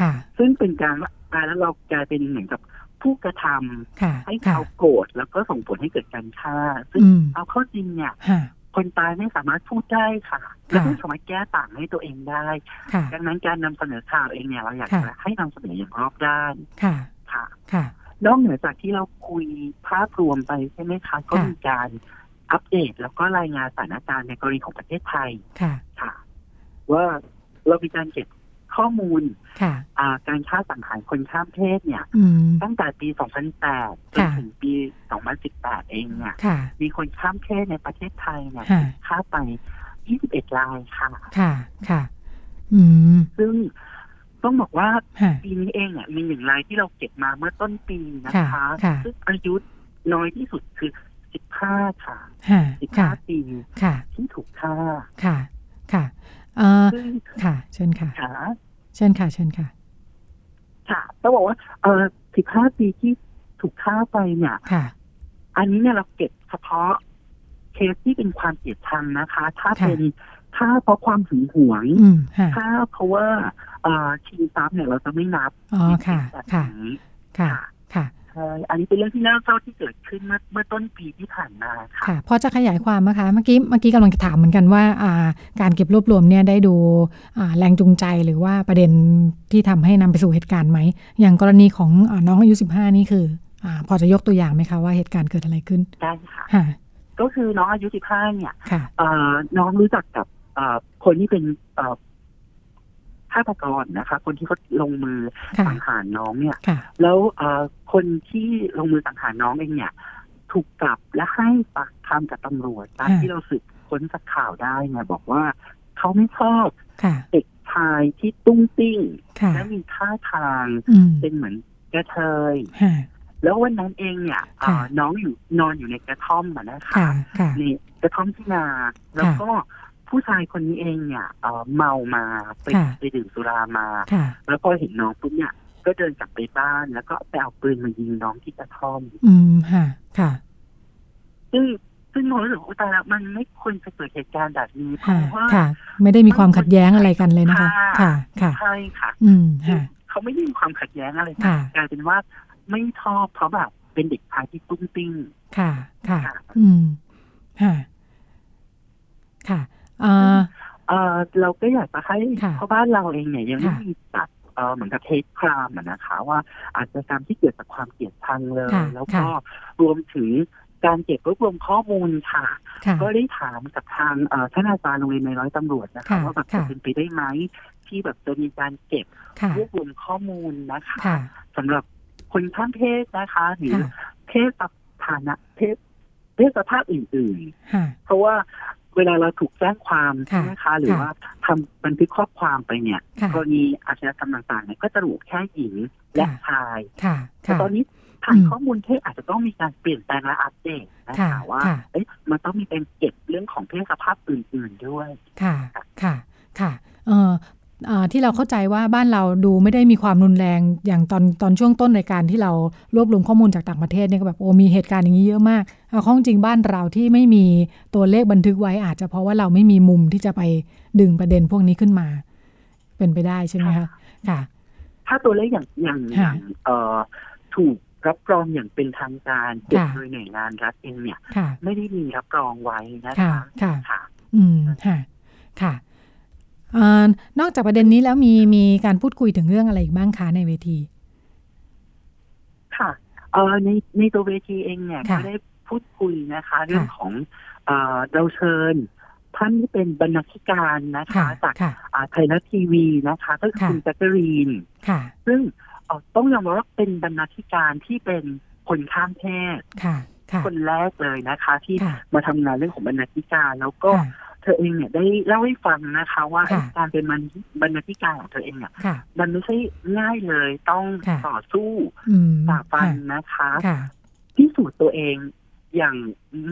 S2: ค่ะ
S8: ซึ่งเป็นการว่าตายแล้วเรากลายเป็นเหมือนกับผู้กระทำ
S2: ค่ะ
S8: ให้
S2: ค่ะ
S8: เขาโกรธแล้วก็ส่งผลให้เกิดการฆ่า ซึ่ง
S2: อืม
S8: เอาเข้าจริงเนี่ย
S2: ค่ะ
S8: คนตายไม่สามารถพูดได้ค่ะ
S2: ค่ะ
S8: และไม่สามารถแก้ต่างให้ตัวเองได้
S2: ค่ะ
S8: ดังนั้นการนำเสนอข่าวเองเนี่ยเราอยาก
S2: ค่ะ
S8: จะให้นำเสนออย่างรอบด้าน
S2: ค่ะ
S8: ค่ะ
S2: ค่ะ
S8: นอกเหนือจากที่เราคุยภาพรวมไปใช่ไหมคะ ก็มีการ อัปเดตแล้วก็รายงานสถานการณ์ในกรณีของประเทศไทย
S2: ค่ะ
S8: ค่ะ ว่าเรามีการเก็บข้อมูล
S2: ค่ะ
S8: อ่าการฆ่าสังหารคนข้ามเพศเนี่ย
S2: อืม
S8: ตั้งแต่ปี 2008 จน
S2: ค่ะ
S8: ถึงปี 2018 เองเนี่ย
S2: ค่ะ
S8: มีคนข้ามเพศในประเทศไทยเนี่ย
S2: ค่ะ
S8: ฆ่าไป 21 รายค่ะ
S2: ค่ะ ค่ะ อืม
S8: ซึ่งต้องบอกว่า
S2: ฮะ
S8: ปีนี้เองเนี่ยมีหนึ่งรายที่เราเก็บมาเมื่อต้นปีนะคะ
S2: ค่ะค่ะ
S8: ซึ่งอายุน้อยที่สุดคือ 15 ค่ะ
S2: ค่ะ ค่ะ
S8: 15 ปี
S2: ค่ะ
S8: ที่ถูกฆ่า
S2: ค่ะ ค่ะเอ่อ
S8: ซึ่ง
S2: ค่ะ เชิญค่ะ
S8: ค่ะ
S2: เชิญค่ะ เชิญค่ะ
S8: ค่ะต้องบอกว่าเออ15 ปีที่ถูกฆ่าไปเนี่ย
S2: ค่ะ
S8: อันนี้เนี่ยเราเก็บเฉพาะเคสที่เป็นความเกลียดชังนะคะ ถ้า
S2: ค่ะ
S8: เป็นถ้าเพราะความหึงหวง
S2: อืม ค่ะ
S8: ถ้าเพราะว่าเอ่อชิงทรัพย์เนี่ยเราจะไม่นับ
S2: อ๋อ ค่ะ
S8: แบบ
S2: ค่ะ
S8: นี้
S2: ค่ะ ค่ะ
S8: ใช่อันนี้เป็นเรื่องที่น่าเศร้าที่เกิดขึ้นเมื่อเมื่อต้นปีที่ผ่านมาค่ะ
S2: ค่ะ พอจะขยายความนะคะ เมื่อกี้ เมื่อกี้กำลังจะถามเหมือนกันว่าอ่า การเก็บรวบรวมเนี่ยได้ดูอ่าแรงจูงใจหรือว่าประเด็นที่ทำให้นำไปสู่เหตุการณ์ไหม อย่างกรณีของอาน้องอายุ 15 นี่คืออ่าพอจะยกตัวอย่างไหมคะว่าเหตุการณ์เกิดอะไรขึ้น
S8: ได้ค่ะ
S2: ค่ะ
S8: ก็คือน้องอายุ 15 เนี่ย
S2: ค่ะ
S8: เอ่อน้องรู้จักกับเอ่อคนที่เป็นเอ่อฆาตกรนะคะ คนที่เขาลงมือ
S2: ค่ะ
S8: สังหารน้องเนี่ย
S2: ค่ะ
S8: แล้วเอ่อคนที่ลงมือสังหารน้องเองเนี่ย ถูกจับและให้ปากคำกับตำรวจตาม
S2: ค่ะ
S8: ที่เราสืบค้นจากข่าวได้เนี่ยบอกว่าเขาไม่ชอบ
S2: ค่ะ
S8: เด็กชายที่ตุ้งติ้ง
S2: ค่ะ
S8: และมีท่าทาง
S2: อืม
S8: เป็นเหมือนกระเทย
S2: ค่ะ
S8: แล้ววันนั้นเองเนี่ยเอ่อ
S2: ค่ะ
S8: น้องอยู่นอนอยู่ในกระท่อมอะนะคะ
S2: ค่ะ ค่ะ
S8: ในกระท่อมที่นา แล้วก็ผู้ชายคนนี้เองเนี่ยเอ่อเมามาไป
S2: ค่ะ
S8: ไปดื่มสุรามา
S2: ค่ะ
S8: แล้วพอเห็นน้องปุ๊บเนี่ย ก็เดินกลับไปบ้าน แล้วก็ไปเอาปืนมายิงน้องที่กระท่อม
S2: อืม ค่ะ ค่ะ
S8: ซึ่งซึ่งน้องรู้สึกว่าอุ๊ยตายแล้วมันไม่ควรจะเกิดเหตุการณ์แบบนี้เพ
S2: ค่ะ
S8: ราะว่า
S2: ค่ะ ไม่ได้มีความขัดแย้งอะไรกันเลยนะคะ ค่ะ ค่ะ
S8: ใช่ค่ะ
S2: อืม
S8: ซึ่ง
S2: ค่ะ
S8: เขาไม่ได้มีความขัดแย้งอะไร
S2: ค่ะ
S8: กลายเป็นว่าไม่ชอบเพราะแบบเป็นเด็กชายที่ตุ้งติ้ง
S2: ค่ะ ค่ะ อืม ค่ะ ค่ะอ่า
S8: เออเราก็อยากจะให้
S2: ค่ะ
S8: เพราะบ้านเราเองเนี่ยยังไม่
S2: ค่ะ
S8: มีจัดเอ่อเหมือนกับเทสครามอะนะคะ ว่าอาจจะกรรมที่เกิดจากความเกลียดชังเลย
S2: ค่ะ
S8: แล้ว
S2: ค่ะ
S8: ก็รวมถึงการเก็บรวบรวมข้อมูลค่ะ
S2: ค่ะ
S8: ก็ได้ถามกับทางเอ่อท่านอาจารย์โรงเรียนในร้อยตำรวจนะคะ
S2: ค่ะ
S8: ว่าแบบ
S2: ค่ะ
S8: จะเป็นไปได้ไหมที่แบบจะมีการเก็บ
S2: ค่ะ
S8: รวบรวมข้อมูลนะคะ
S2: ค่ะ
S8: สำหรับคนข้ามเพศนะคะ หรือ
S2: ค่ะ
S8: เพศสถานะเพศเพศสภาพอื่น ๆ
S2: ค่ะ
S8: เพราะว่าเวลาเราถูกแจ้งความ
S2: ค่ะ
S8: ใช่ไหมคะหรือ
S2: ค่ะ
S8: ว่าทำบันทึกข้อความไปเนี่ย
S2: ค่ะ
S8: กรณีอาชญากรรมต่างๆเนี่ยก็จะระบุแค่หญิงและชาย
S2: ค่ะ
S8: แต่
S2: ค่ะ
S8: ตอนนี้ทาง
S2: อืม
S8: ข้อมูลเทศอาจจะต้องมีการเปลี่ยนแปลงและอัปเดตนะ
S2: ค่ะ
S8: คะว่า
S2: ค่ะ
S8: เอ๊ะมันต้องมีเป็นเก็บเรื่องของเพศสภาพอื่น ๆด้วย
S2: ค่ะ ค่ะ ค่ะ เอ่อเอ่อที่เราเข้าใจว่าบ้านเราดูไม่ได้มีความรุนแรงอย่างตอนตอนช่วงต้นรายการที่เรารวบรวมข้อมูลจากต่างประเทศเนี่ยก็แบบโอ้มีเหตุการณ์อย่างนี้เยอะมากเอาข้อจริงบ้านเราที่ไม่มีตัวเลขบันทึกไว้อาจจะเพราะว่าเราไม่มีมุมที่จะไปดึงประเด็นพวกนี้ขึ้นมา เป็นไปได้ใช่ไหมคะ ค่ะ
S8: ถ้าตัวเลขอย่างอย่าง
S2: ค่ะ
S8: อย่างเอ่อถูกรับรองอย่างเป็นทางการเก็บ
S2: ค่ะ
S8: โดยหน่วยงานรัฐเองเนี่ย
S2: ค่ะ
S8: ไม่ได้มีรับรองไว้นะ
S2: ค่ะ
S8: คะ
S2: ค่ะ
S8: ค่ะ
S2: อืม ค่ะ ค่ะเอ่อนอกจากประเด็นนี้แล้วมีมีการพูดคุยถึงเรื่องอะไรอีกบ้างคะในเวที
S8: ค่ะเออในในตัวเวทีเองเนี่ย
S2: ค่ะ
S8: ก็ได้พูดคุยนะคะ เรื่องของเออเราเชิญท่านที่เป็นบรรณาธิการนะคะ
S2: ค่ะ
S8: จาก
S2: ค่ะ
S8: อ่าไทยรัฐทีวีนะคะ ก็คือ
S2: ค่ะ
S8: คุณแจ็คเกอรีน
S2: ค่ะ
S8: ซึ่งเอ่อต้องยอมรับว่าเป็นบรรณาธิการที่เป็นคนข้ามเพศ
S2: ค่ะ ค่ะ
S8: คนแรกเลยนะคะ ที่
S2: ค่ะ
S8: มาทำงานเรื่องของบรรณาธิการแล้วก็
S2: ค่ะ
S8: เธอเองเนี่ยได้เล่าให้ฟังนะคะ ว่า
S2: ค่ะ
S8: การเป็นบรรณาธิการของเธอเองเนี่ย
S2: ค่ะ
S8: มันไม่ใช่ง่ายเลยต้อง
S2: ค่ะ
S8: ต่อสู้
S2: อืม
S8: ฝ่าฟัน
S2: ค่ะ
S8: นะคะ
S2: ค่ะ
S8: พิสูจน์ตัวเองอย่าง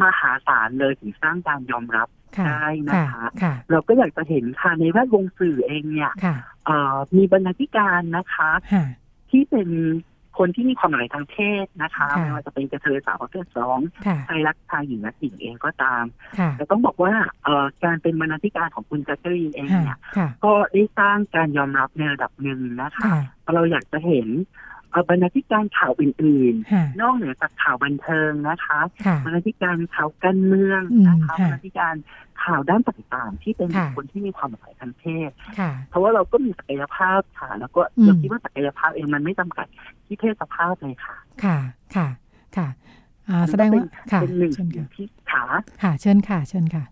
S8: มหาศาลเลยถึงสร้างการยอมรับ
S2: ค่ะ
S8: ได้นะคะ
S2: ค่ะ
S8: เราก็อยากจะเห็นค่ะในแวดวงสื่อเองเนี่ย
S2: ค่ะ
S8: เอ่อมีบรรณาธิการนะคะ
S2: ค่ะ
S8: ที่เป็นคนที่มีความหลากหลายทางเพศนะคะ
S2: ค่ะ
S8: ไม่ว่าจะเป็นกระเทยสาวประเภทสอง
S2: ค่ะ
S8: ชายรักชายหญิงและหญิงเองก็ตาม
S2: ค่ะ
S8: แต่ต้องบอกว่าเอ่อการเป็นบรรณาธิการของคุณแจักรีนเอง
S2: ค่ะ
S8: เนี่ย
S2: ค่ะ
S8: ก็ได้สร้างการยอมรับในระดับหนึ่งนะคะ
S2: ค่ะ
S8: เราอยากจะเห็นเอ่อบรรณาธิการข่าวอื่น ๆ
S2: ค่ะ
S8: นอกเหนือจากข่าวบันเทิงนะคะ
S2: ค่ะ
S8: บรรณาธิการข่าวการเมืองนะคะ
S2: อืมค่ะ
S8: บรรณาธิการข่าวด้านต่างๆ ที่เป็น
S2: ค่ะ
S8: คนที่มีความหลากหลายทางเพศ
S2: ค่ะ
S8: เพราะว่าเราก็มีศักยภาพค่ะ แล้วก็
S2: อืม
S8: เราคิดว่าศักยภาพเองมันไม่จำกัดที่เพศสภาพเลยค่ะ
S2: ค่ะ ค่ะ ค่ะ อ่าแสดงว่าค่ะ
S8: เป็นหนึ่ง
S2: เชิญค่ะ
S8: ที่ขา
S2: ค่ะ เชิญค่ะ เชิญค่ะ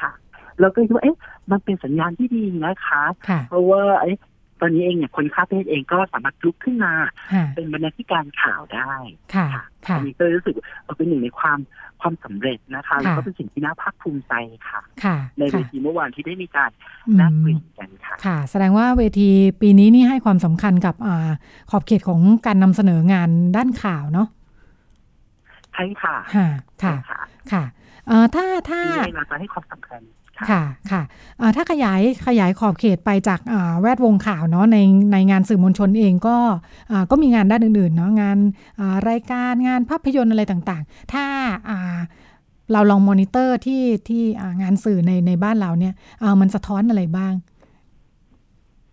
S8: ค่ะเราก็คิดว่าเอ๊ะมันเป็นสัญญาณที่ดีนะคะ
S2: ค่ะ
S8: เพราะว่าเอ๊ะตอนนี้เองเนี่ยคนค้าเพศเองก็สามารถลุกขึ้นมา
S2: ค่ะ
S8: เป็นบรรณาธิการข่าวได้
S2: ค่ะ ค่ะ
S8: อันนี้ก็รู้สึกเออเป็นหนึ่งในความความสำเร็จนะคะ
S2: ค่ะ
S8: แล้วก็เป็นสิ่งที่น่าภาคภูมิใจค่ะ
S2: ค่ะ
S8: ในเว
S2: ค่ะ
S8: ทีเมื่อวานที่ได้มีการ
S2: อืม
S8: นัดคุยกันค่ะ
S2: ค่ะ แสดงว่าเวทีปีนี้นี่ให้ความสำคัญกับอ่าขอบเขตของการนำเสนองานด้านข่าวเนาะ
S8: ใช่ค่ะ
S2: ค่ะ ค่ะ
S8: ใช่ค่ะ
S2: ค่ะเอ่อถ้า ถ้า
S8: ที่ได้มาจะให้ความสำคัญ
S2: ค่ะ ค่ะเอ่อถ้าขยาย ขยายขอบเขตไปจากอ่าแวดวงข่าวเนาะ ใน ในงานสื่อมวลชนเองก็อ่าก็มีงานด้านอื่นๆเนาะ งานอ่ารายการ งานภาพยนตร์อะไรต่างๆ ถ้าอ่าเราลองมอนิเตอร์ที่ ที่อ่างานสื่อใน ในบ้านเราเนี่ยเอ่อมันสะท้อนอะไรบ้าง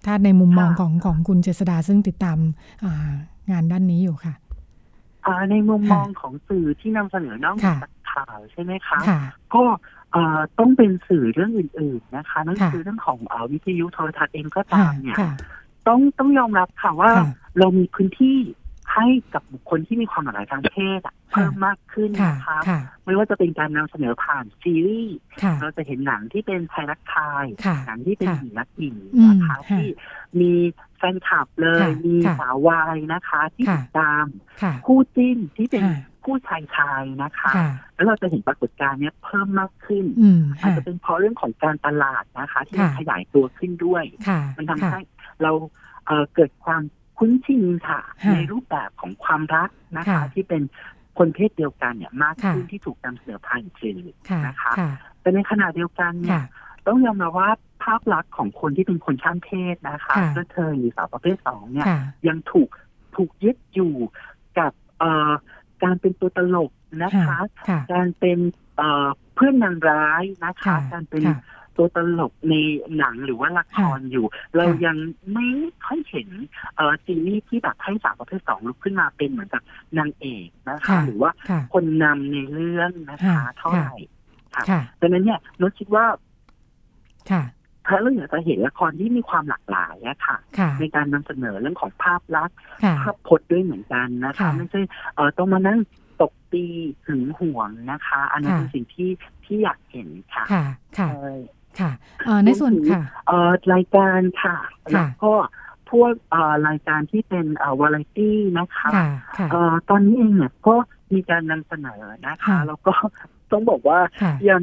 S2: ถ้าในมุมมองของ ของคุณเจษดาซึ่งติดตามอ่างานด้านนี้อยู่ค่ะ
S8: อ่าในมุมมองของสื่อที่นำเสนอนอก
S2: ค่ะ
S8: จากข่าวใช่ไหมคะ
S2: ค่ะ
S8: ก็เอ่อต้องเป็นสื่อเรื่องอื่น ๆนะคะนั่น
S2: ค่ะ
S8: คือเรื่องของเอ่อวิทยุโทรทัศน์เองก็
S2: ค่ะ
S8: ตามเนี่ย
S2: ค่ะ
S8: ต้องต้องยอมรับค่ะว่า
S2: ค่ะ
S8: เรามีพื้นที่ให้กับบุคคลที่มีความหลากหลายทางเพศอะ
S2: ค่ะ
S8: เพิ่มมากขึ้น
S2: ค่ะ
S8: นะคะ
S2: ค่ะ
S8: ไม่ว่าจะเป็นการนำเสนอผ่านซีรีส์
S2: ค่ะ
S8: เราจะเห็นหนังที่เป็นชายรักชาย
S2: ค่ะ
S8: หนังที่เป็น
S2: ค่ะ
S8: หญิงรักหญิง
S2: อืม
S8: นะคะ
S2: ค่ะ
S8: ที่มีแฟนคลับเลย
S2: ค่ะ
S8: มี
S2: ค่ะ
S8: สาววายนะคะ ที่
S2: ค่ะ
S8: ติดตาม
S2: ค่ะ
S8: คู่จิ้นที่เป็น
S2: ค่ะ
S8: คู่ชายชายนะคะ
S2: ค่ะ
S8: แล้วเราจะเห็นปรากฏการณ์เนี้ยเพิ่มมากขึ้น
S2: อืม
S8: อาจ
S2: ค่ะ
S8: จะเป็นเพราะเรื่องของการตลาดนะคะ ที่มัน
S2: ค่ะ
S8: ขยายตัวขึ้นด้วย
S2: ค่ะ
S8: มันทำ
S2: ค่ะ
S8: ให้เราเอ่อเกิดความคุ้นชินค่ะ
S2: ค่ะ
S8: ในรูปแบบของความรักนะคะ
S2: ค่ะ
S8: ที่เป็นคนเพศเดียวกันเนี่ยมาก
S2: ค่ะ
S8: ขึ้นที่ถูกนำเสนอผ่านสื่อ
S2: ค่ะ
S8: นะคะ
S2: ค่ะ
S8: แต่ในขณะเดียวกันเนี่
S2: ค่ะ
S8: ยต้องยอมรับว่าภาพลักษณ์ของคนที่เป็นคนข้ามเพศนะคะ
S2: ค่ะ
S8: ก็เธอหรือสาวประเภทสองเนี่ย
S2: ค่ะ
S8: ยังถูกถูกยึดอยู่กับเอ่อการเป็นตัวตลกนะคะ
S2: ค่ะ
S8: การเป็นเอ่อเพื่อนนางร้ายนะคะ
S2: ค่ะ
S8: การเป็น
S2: ค่ะ
S8: ตัวตลกในหนังหรือว่าละครอยู่ เรายังไม่ค่อยเห็นเอ่อซีรีส์ที่แบบให้สาวประเภทสองลุกขึ้นมาเป็นเหมือนกับนางเอกนะคะ
S2: ค่ะ
S8: หรือว่า
S2: ค่ะ
S8: คนนำในเรื่องนะคะ
S2: ค่ะ
S8: เท่าไหร่
S2: ค่ะ
S8: ดังนั้นเนี่ยนดคิดว่า
S2: ค่ะ
S8: ถ้าเราอยากจะเห็นละครที่มีความหลากหลายอะค่ะ
S2: ค่ะ
S8: ในการนำเสนอเรื่องของภาพลักษณ์
S2: ค่ะ
S8: ภาพพจน์ด้วยเหมือนกันนะคะ
S2: ค่ะ
S8: ไม่ใช่เออต้องมานั่งตบตีหึงหวงนะคะ อันนั้น
S2: ค่ะ
S8: เป็นสิ่งที่ที่อยากเห็นค่ะ
S2: ค่ะ ค่ะ
S8: ใช่
S2: ค่ะเอ่อในส่วนค่ะ
S8: เอ่อรายการค่ะแล้วก็พวกเอ่อรายการที่เป็นเอ่อวาไรตี้นะคะ
S2: ค่ะ ค่ะ
S8: เอ่อตอนนี้เองเนี่ยก็มีการนำเสนอนะคะ
S2: ค่ะ
S8: แล้วก็ต้องบอกว่า
S2: ค่ะ
S8: ยัง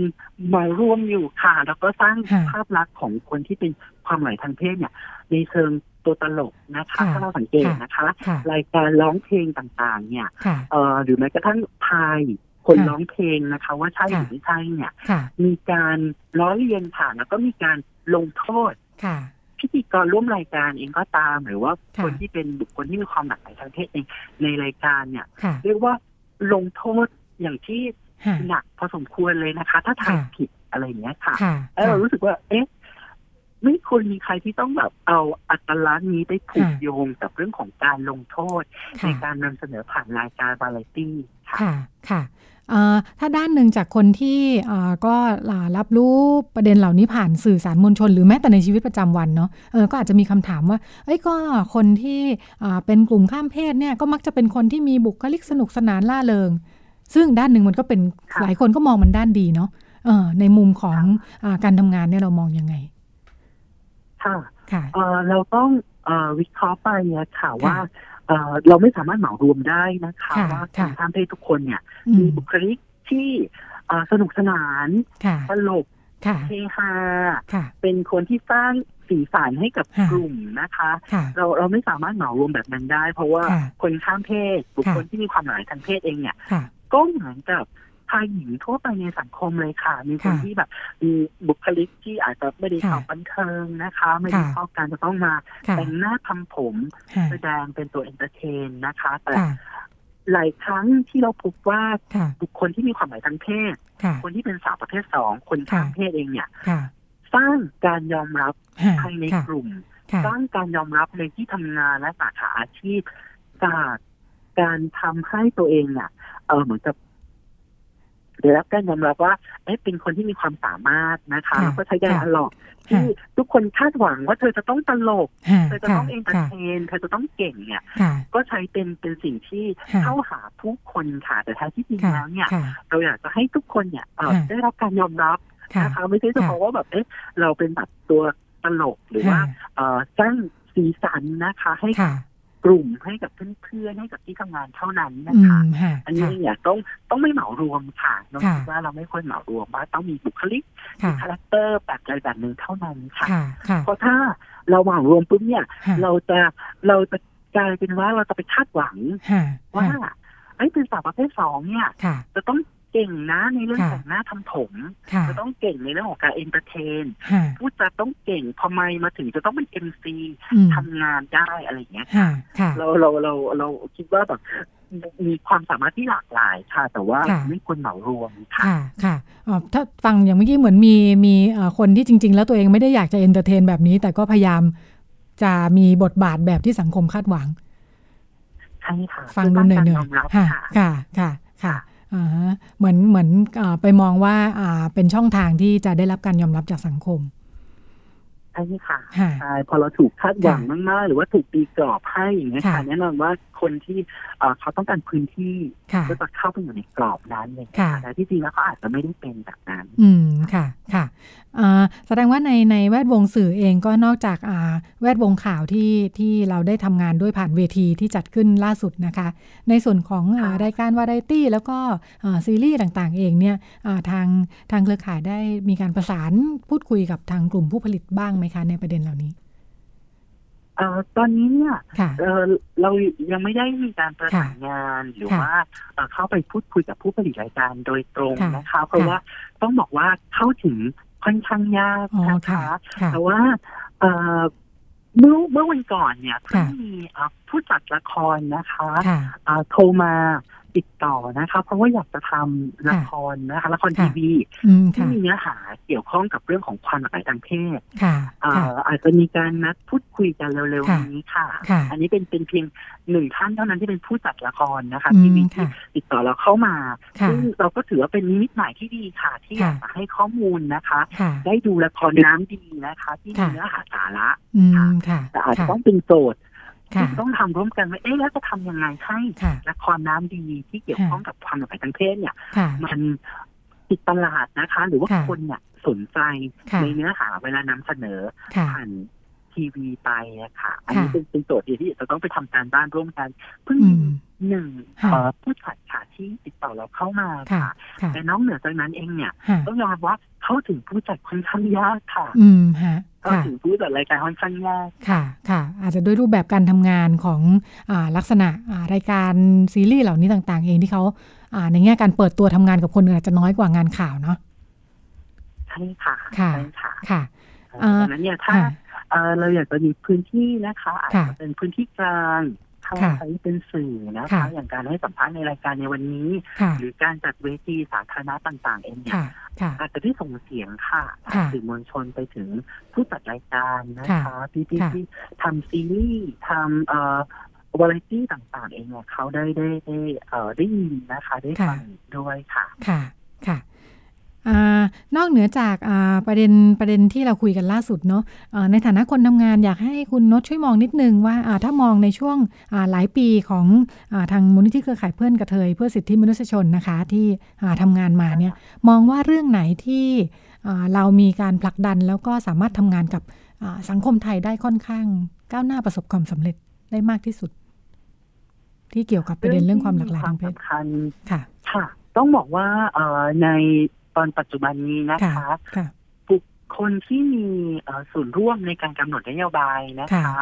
S8: มาร่วมอยู่ค่ะ แล้วก็สร้าง
S2: ค่ะ
S8: ภาพลักษณ์ของคนที่เป็นความหลายทางเพศเนี่ย ในเชิงตัวตลกนะคะ ถ้าเราสังเกตนะคะ
S2: ค่ะ
S8: รายการร้องเพลงต่างๆ เนี่ย
S2: ค่ะ
S8: เอ่อหรือแม้กระทั่งพายคน
S2: ค่ะ
S8: ร้องเพลงนะคะ ว่าใช่ห
S2: ค่ะ
S8: รือไม่ใช่เนี่ย
S2: ค่ะ
S8: มีการล้อเลียนค่ะแล้วก็มีการลงโทษ
S2: ค่ะ
S8: พิธีกรร่วมรายการเองก็ตาม หรือว่า
S2: ค่ะ
S8: คนที่เป็นบุคคลที่มีความหลากหลายทางเพศเองในรายการเนี่ย
S2: ค่ะ
S8: เรียกว่าลงโทษอย่างที่
S2: ค่ะ
S8: หนักพอสมควรเลยนะคะ ถ้าถ่ายผิดอะไรอย่างเงี้ยค่ะ
S2: ค่ะ
S8: แล้วเรารู้สึกว่า เอ๊ะ ไม่ควรมีใครที่ต้องแบบเอาอัตลักษณ์นี้ไปผูก
S2: ค่ะ
S8: โยงกับเรื่องของการลงโทษ ในการนำเสนอผ่านรายการวาไรตี้ค่ะ
S2: ค่ะ ค่ะเอ่อถ้าด้านหนึ่งจากคนที่เอ่อก็อ่ารับรู้ประเด็นเหล่านี้ผ่านสื่อสารมวลชน หรือแม้แต่ในชีวิตประจำวันเนาะเออก็อาจจะมีคำถามว่า เอ้ยก็คนที่อ่าเป็นกลุ่มข้ามเพศเนี่ยก็มักจะเป็นคนที่มีบุคลิกสนุกสนานล่าเริง ซึ่งด้านหนึ่งมันก็เป็น
S8: ค่ะ
S2: หลายคนก็มองมันด้านดีเนาะเออในมุมของอาการทำงานเนี่ยเรามองยังไง
S8: ค่ะ
S2: ค่ะ
S8: เอ่อเราต้องเอ่อวิเคราะห์ไปอะค่ะว่าเอ่อเราไม่สามารถเหมารวมได้นะคะ
S2: ค่ะ
S8: ว่าค
S2: ค่ะ
S8: นข้ามเพศทุกคนเนี่ย
S2: อื
S8: มี
S2: ม
S8: บุคลิกที่เอ่อสนุกสนาน
S2: ค่ะ
S8: ตลก
S2: ค่ะ
S8: เฮฮา
S2: ค่ะ
S8: เป็นคนที่สร้างสีสันให้กับ
S2: ค่ะ
S8: กลุ่มนะคะ
S2: ค่ะ
S8: เราเราไม่สามารถเหมารวมแบบนั้นได้ เพราะว่า
S2: ค่ะ
S8: คนข้ามเพศบุคคล
S2: ค่ะ
S8: ที่มีความหลากหลายทางเพศเองเนี่ย
S2: ค่ะ
S8: ก็เหมือนกับชายหญิงทั่วไปในสังคมเลยค่ะ มีคน
S2: ค่ะ
S8: ที่แบบมีบุคลิกที่อาจจะไม่ได้
S2: ค่ะ
S8: ชอบบันเทิงนะคะ ไม่ได้
S2: ค่ะ
S8: ชอบการจะต้องมา
S2: ค่ะ
S8: แต่งหน้าทำผม
S2: ค่ะ
S8: แสดงเป็นตัวเอนเตอร์เทนนะคะ แต่
S2: ค่ะ
S8: หลายครั้งที่เราพบว่า
S2: ค่ะ
S8: บุคคลที่มีความหลายทางเพศ
S2: ค่ะ
S8: คนที่เป็นสาวประเภทสองคนข้าม
S2: ค่ะ
S8: เพศเองเนี่ย
S2: ค่ะ
S8: สร้างการยอมรับ
S2: ค่ะ
S8: ภายใน
S2: ค่ะ
S8: กลุ่ม
S2: ค่ะ
S8: สร้างการยอมรับในที่ทำงานและสาขาอาชีพจากการทำให้ตัวเองเนี่ยเออเหมือนกับ ได้รับการยอมรับว่าเอ๊ะเป็นคนที่มีความสามารถนะคะแล้วก็ใช้ไดอะล็อกที่ทุกคนคาดหวังว่าเธอจะต้องตลก เธอจะต้องเอนเตอร์เทนเธอจะต้องเก่งเนี่ย ก็ใช้เป็นเป็นสิ่งที่เข้าหาผู้คนค่ะ แต่แท้ที่จริงแล้วเนี่ย เราอยากจะให้ทุกคนเนี่ยเอ่อได้รับการยอมรับนะคะไม่ใช่เฉพาะว่าแบบเอ๊ะเราเป็นแบบตัวตลกหรือว่าเอ่อสร้างสีสันนะคะ ให้กับกลุ่มให้กับเพื่อนๆให้กับที่ทำงานเท่านั้นนะคะ อันนี้เนี่ยต้องต้องไม่เหมารวมค่ะน้องคิดว่าเราไม่ควรเหมารวมว่าต้องมีบุคลิกมีคาแรคเตอร์แบบใดแบบหนึ่งเท่านั้นค่ะ เพราะถ้าเราเหมารวมปุ๊บเนี่ย เราจะเราจะกลายเป็นว่าเราจะไปคาดหวังว่าไอ้เป็นสาวประเภทสองเนี่ย จะต้องเก่งนะในเรื่องของหน้าทำผมจะต้องเก่งในเรื่องของการเอนเตอร์เทนพูดจะต้องเก่งพอไมมาถึงจะต้องเป็นเอ็มซีทำงานได้อะไรอย่างเงี้ยเราเราเราเราคิดว่าแบบมีความสามารถที่หลากหลายค่ะ แต่ว่าไม่ควรเหมารวมค่ะ
S2: ค่ะอ๋อถ้าฟังอย่างเมื่อกี้เหมือนมีมีคนที่จริง ๆ แล้วตัวเองไม่ได้อยากจะเอนเตอร์เทนแบบนี้ แต่ก็พยายามจะมีบทบาทแบบที่สังคมคาดหวัง
S8: ใช่ค่ะ
S2: ฟังดูเหนื่อยๆค่ะค่ะค่ะค่ะเหมือนเหมือนอไปมองว่าเป็นช่องทางที่จะได้รับการยอมรับจากสังคม
S8: ใช่ค่ะใช่พอเราถูกคาดหวังมากๆหรือว่าถูกตีกรอบให้อย่างเงี้ยค่ะแน่นอนว่าคนที่เขาต้องการพื้นที่ก็จะเข้าไปอยู่ในกรอบนั้นเลยค่ะแต่ที่จริงแล้วเขาอาจจะไม่ได้เป็นแบบนั้น
S2: อืมค่ะค่ะแสดงว่าในในแวดวงสื่อเองก็นอกจากแวดวงข่าวที่ที่เราได้ทำงานด้วยผ่านเวทีที่จัดขึ้นล่าสุดนะคะ ในส่วนของรายการวาไรตี้แล้วก็ซีรีส์ต่างๆ เองเนี่ยทางทางเครือข่ายได้มีการประสานพูดคุยกับทางกลุ่มผู้ผลิตบ้างไหมคะในประเด็นเหล่านี้
S8: ตอนนี้เนี่ยเรายังไม่ได้มีการประสานงาน หรือว่าเข้าไปพูดคุยกับผู้ผลิตรายการโดยตรงนะคะ เพราะว่าต้องบอกว่าเข้าถึงค่อนข้างยากนะคะแต่ว่าเมื่อเมื่อวันก่อนเนี่ยเพิ่งมีผู้จัดละครนะคะโทรมาติดต่อนะคะ เพราะว่าอยากจะทำละครนะคะ ละครทีวีที่มีเนื้อหาเกี่ยวข้องกับเรื่องของความหลากหลายทางเพศอาจจะมีการนัดพูดคุยกันเร็วๆนี้ค่ะ อันนี้เป็นเป็นเพียงหนึ่งท่านเท่านั้นที่เป็นผู้จัดละครนะคะทีวีที่ติดต่อเราเข้ามาซึ่งเราก็ถือว่าเป็นนิมิตหมายที่ดีค่ะ ที่อยากจะให้ข้อมูลนะคะ ได้ดูละครน้ำดีนะคะ ที่มีเนื้อหาสาระแต่อาจจะต้องเป็นโจทย์ต้องทำร่วมกันว่าเอ๊ะแล้วจะทำยังไงให้ละครน้ำดีที่เกี่ยวข้องกับความหลากหลายทางเพศเนี่ย มันติดตลาดนะคะ หรือว่าคนเนี่ยสนใจในเนื้อหาเวลานำเสนอผ่านทีวีไปอะค่ะ อันนี้เป็นเป็นโจทย์ที่จะต้องไปทำการบ้านร่วมกัน เพิ่งหนึ่งผู้จัดค่ะที่ติดต่อเราเข้ามาค่ะ แต่น้องเหนือจากนั้นเองเนี่ยต้องยอมว่าเข้าถึงผู้จัดค่อนข้างยากค่ะ
S2: อืมฮะ
S8: ก็ถึงผู้จัดรายการค่อนข้างยาก
S2: ค่ะ ค่ะ อาจจะด้วยรูปแบบการทำงานของอลักษณะรายการซีรีส์เหล่านี้ต่างๆ เองที่เขาในแง่การเปิดตัวทำงานกับคนอื่นอาจจะน้อยกว่างานข่าวเนาะ
S8: ใช่ค่ะ
S2: ค่ะ ค่ะ
S8: ดังนั้นเนี่ยถ้าเราอยากจะมีพื้นที่นะคะอาจจะเป็นพื้นที่กลางเข้าใช้เป็นสื่อนะคะอย่างการให้สัมภาษณ์ในรายการในวันนี้ หรือการจัดเวทีสาธารณะต่าง ๆ เองเนี่ยอาจจะที่ส่งเสียงค่ะสื่อมวลชนไปถึงผู้จัดรายการนะคะที่ที่ที่ทำซีรีส์ทำเอ่อวาไรตี้ต่าง ๆ เองเนี่ยเขาได้ได้ได้เอ่อได้ยินนะคะ ได้ฟังด้วยค่ะ
S2: ค่ะค่ะนอกเหนือจากประเด็นประเด็นที่เราคุยกันล่าสุดเนาะในฐานะคนทำงานอยากให้คุณนชช่วยมองนิดนึงว่าถ้ามองในช่วงหลายปีของทางมูลนิธิเครือข่ายเพื่อนกระเทย เพื่อสิทธิมนุษยชนนะคะที่ทำงานมาเนี่ยมองว่าเรื่องไหนที่เรามีการผลักดันแล้วก็สามารถทำงานกับสังคมไทยได้ค่อนข้างก้าวหน้าประสบความสำเร็จได้มากที่สุด ที่เกี่ยวกับประเด็นเรื่องความหลากหลายทางเพศ
S8: ค่ะค่ะ ต้องบอกว่าในตอนปัจจุบันนี้นะคะบุคคลที่มีส่วนร่วมในการกำหนดนโยบายนะคะ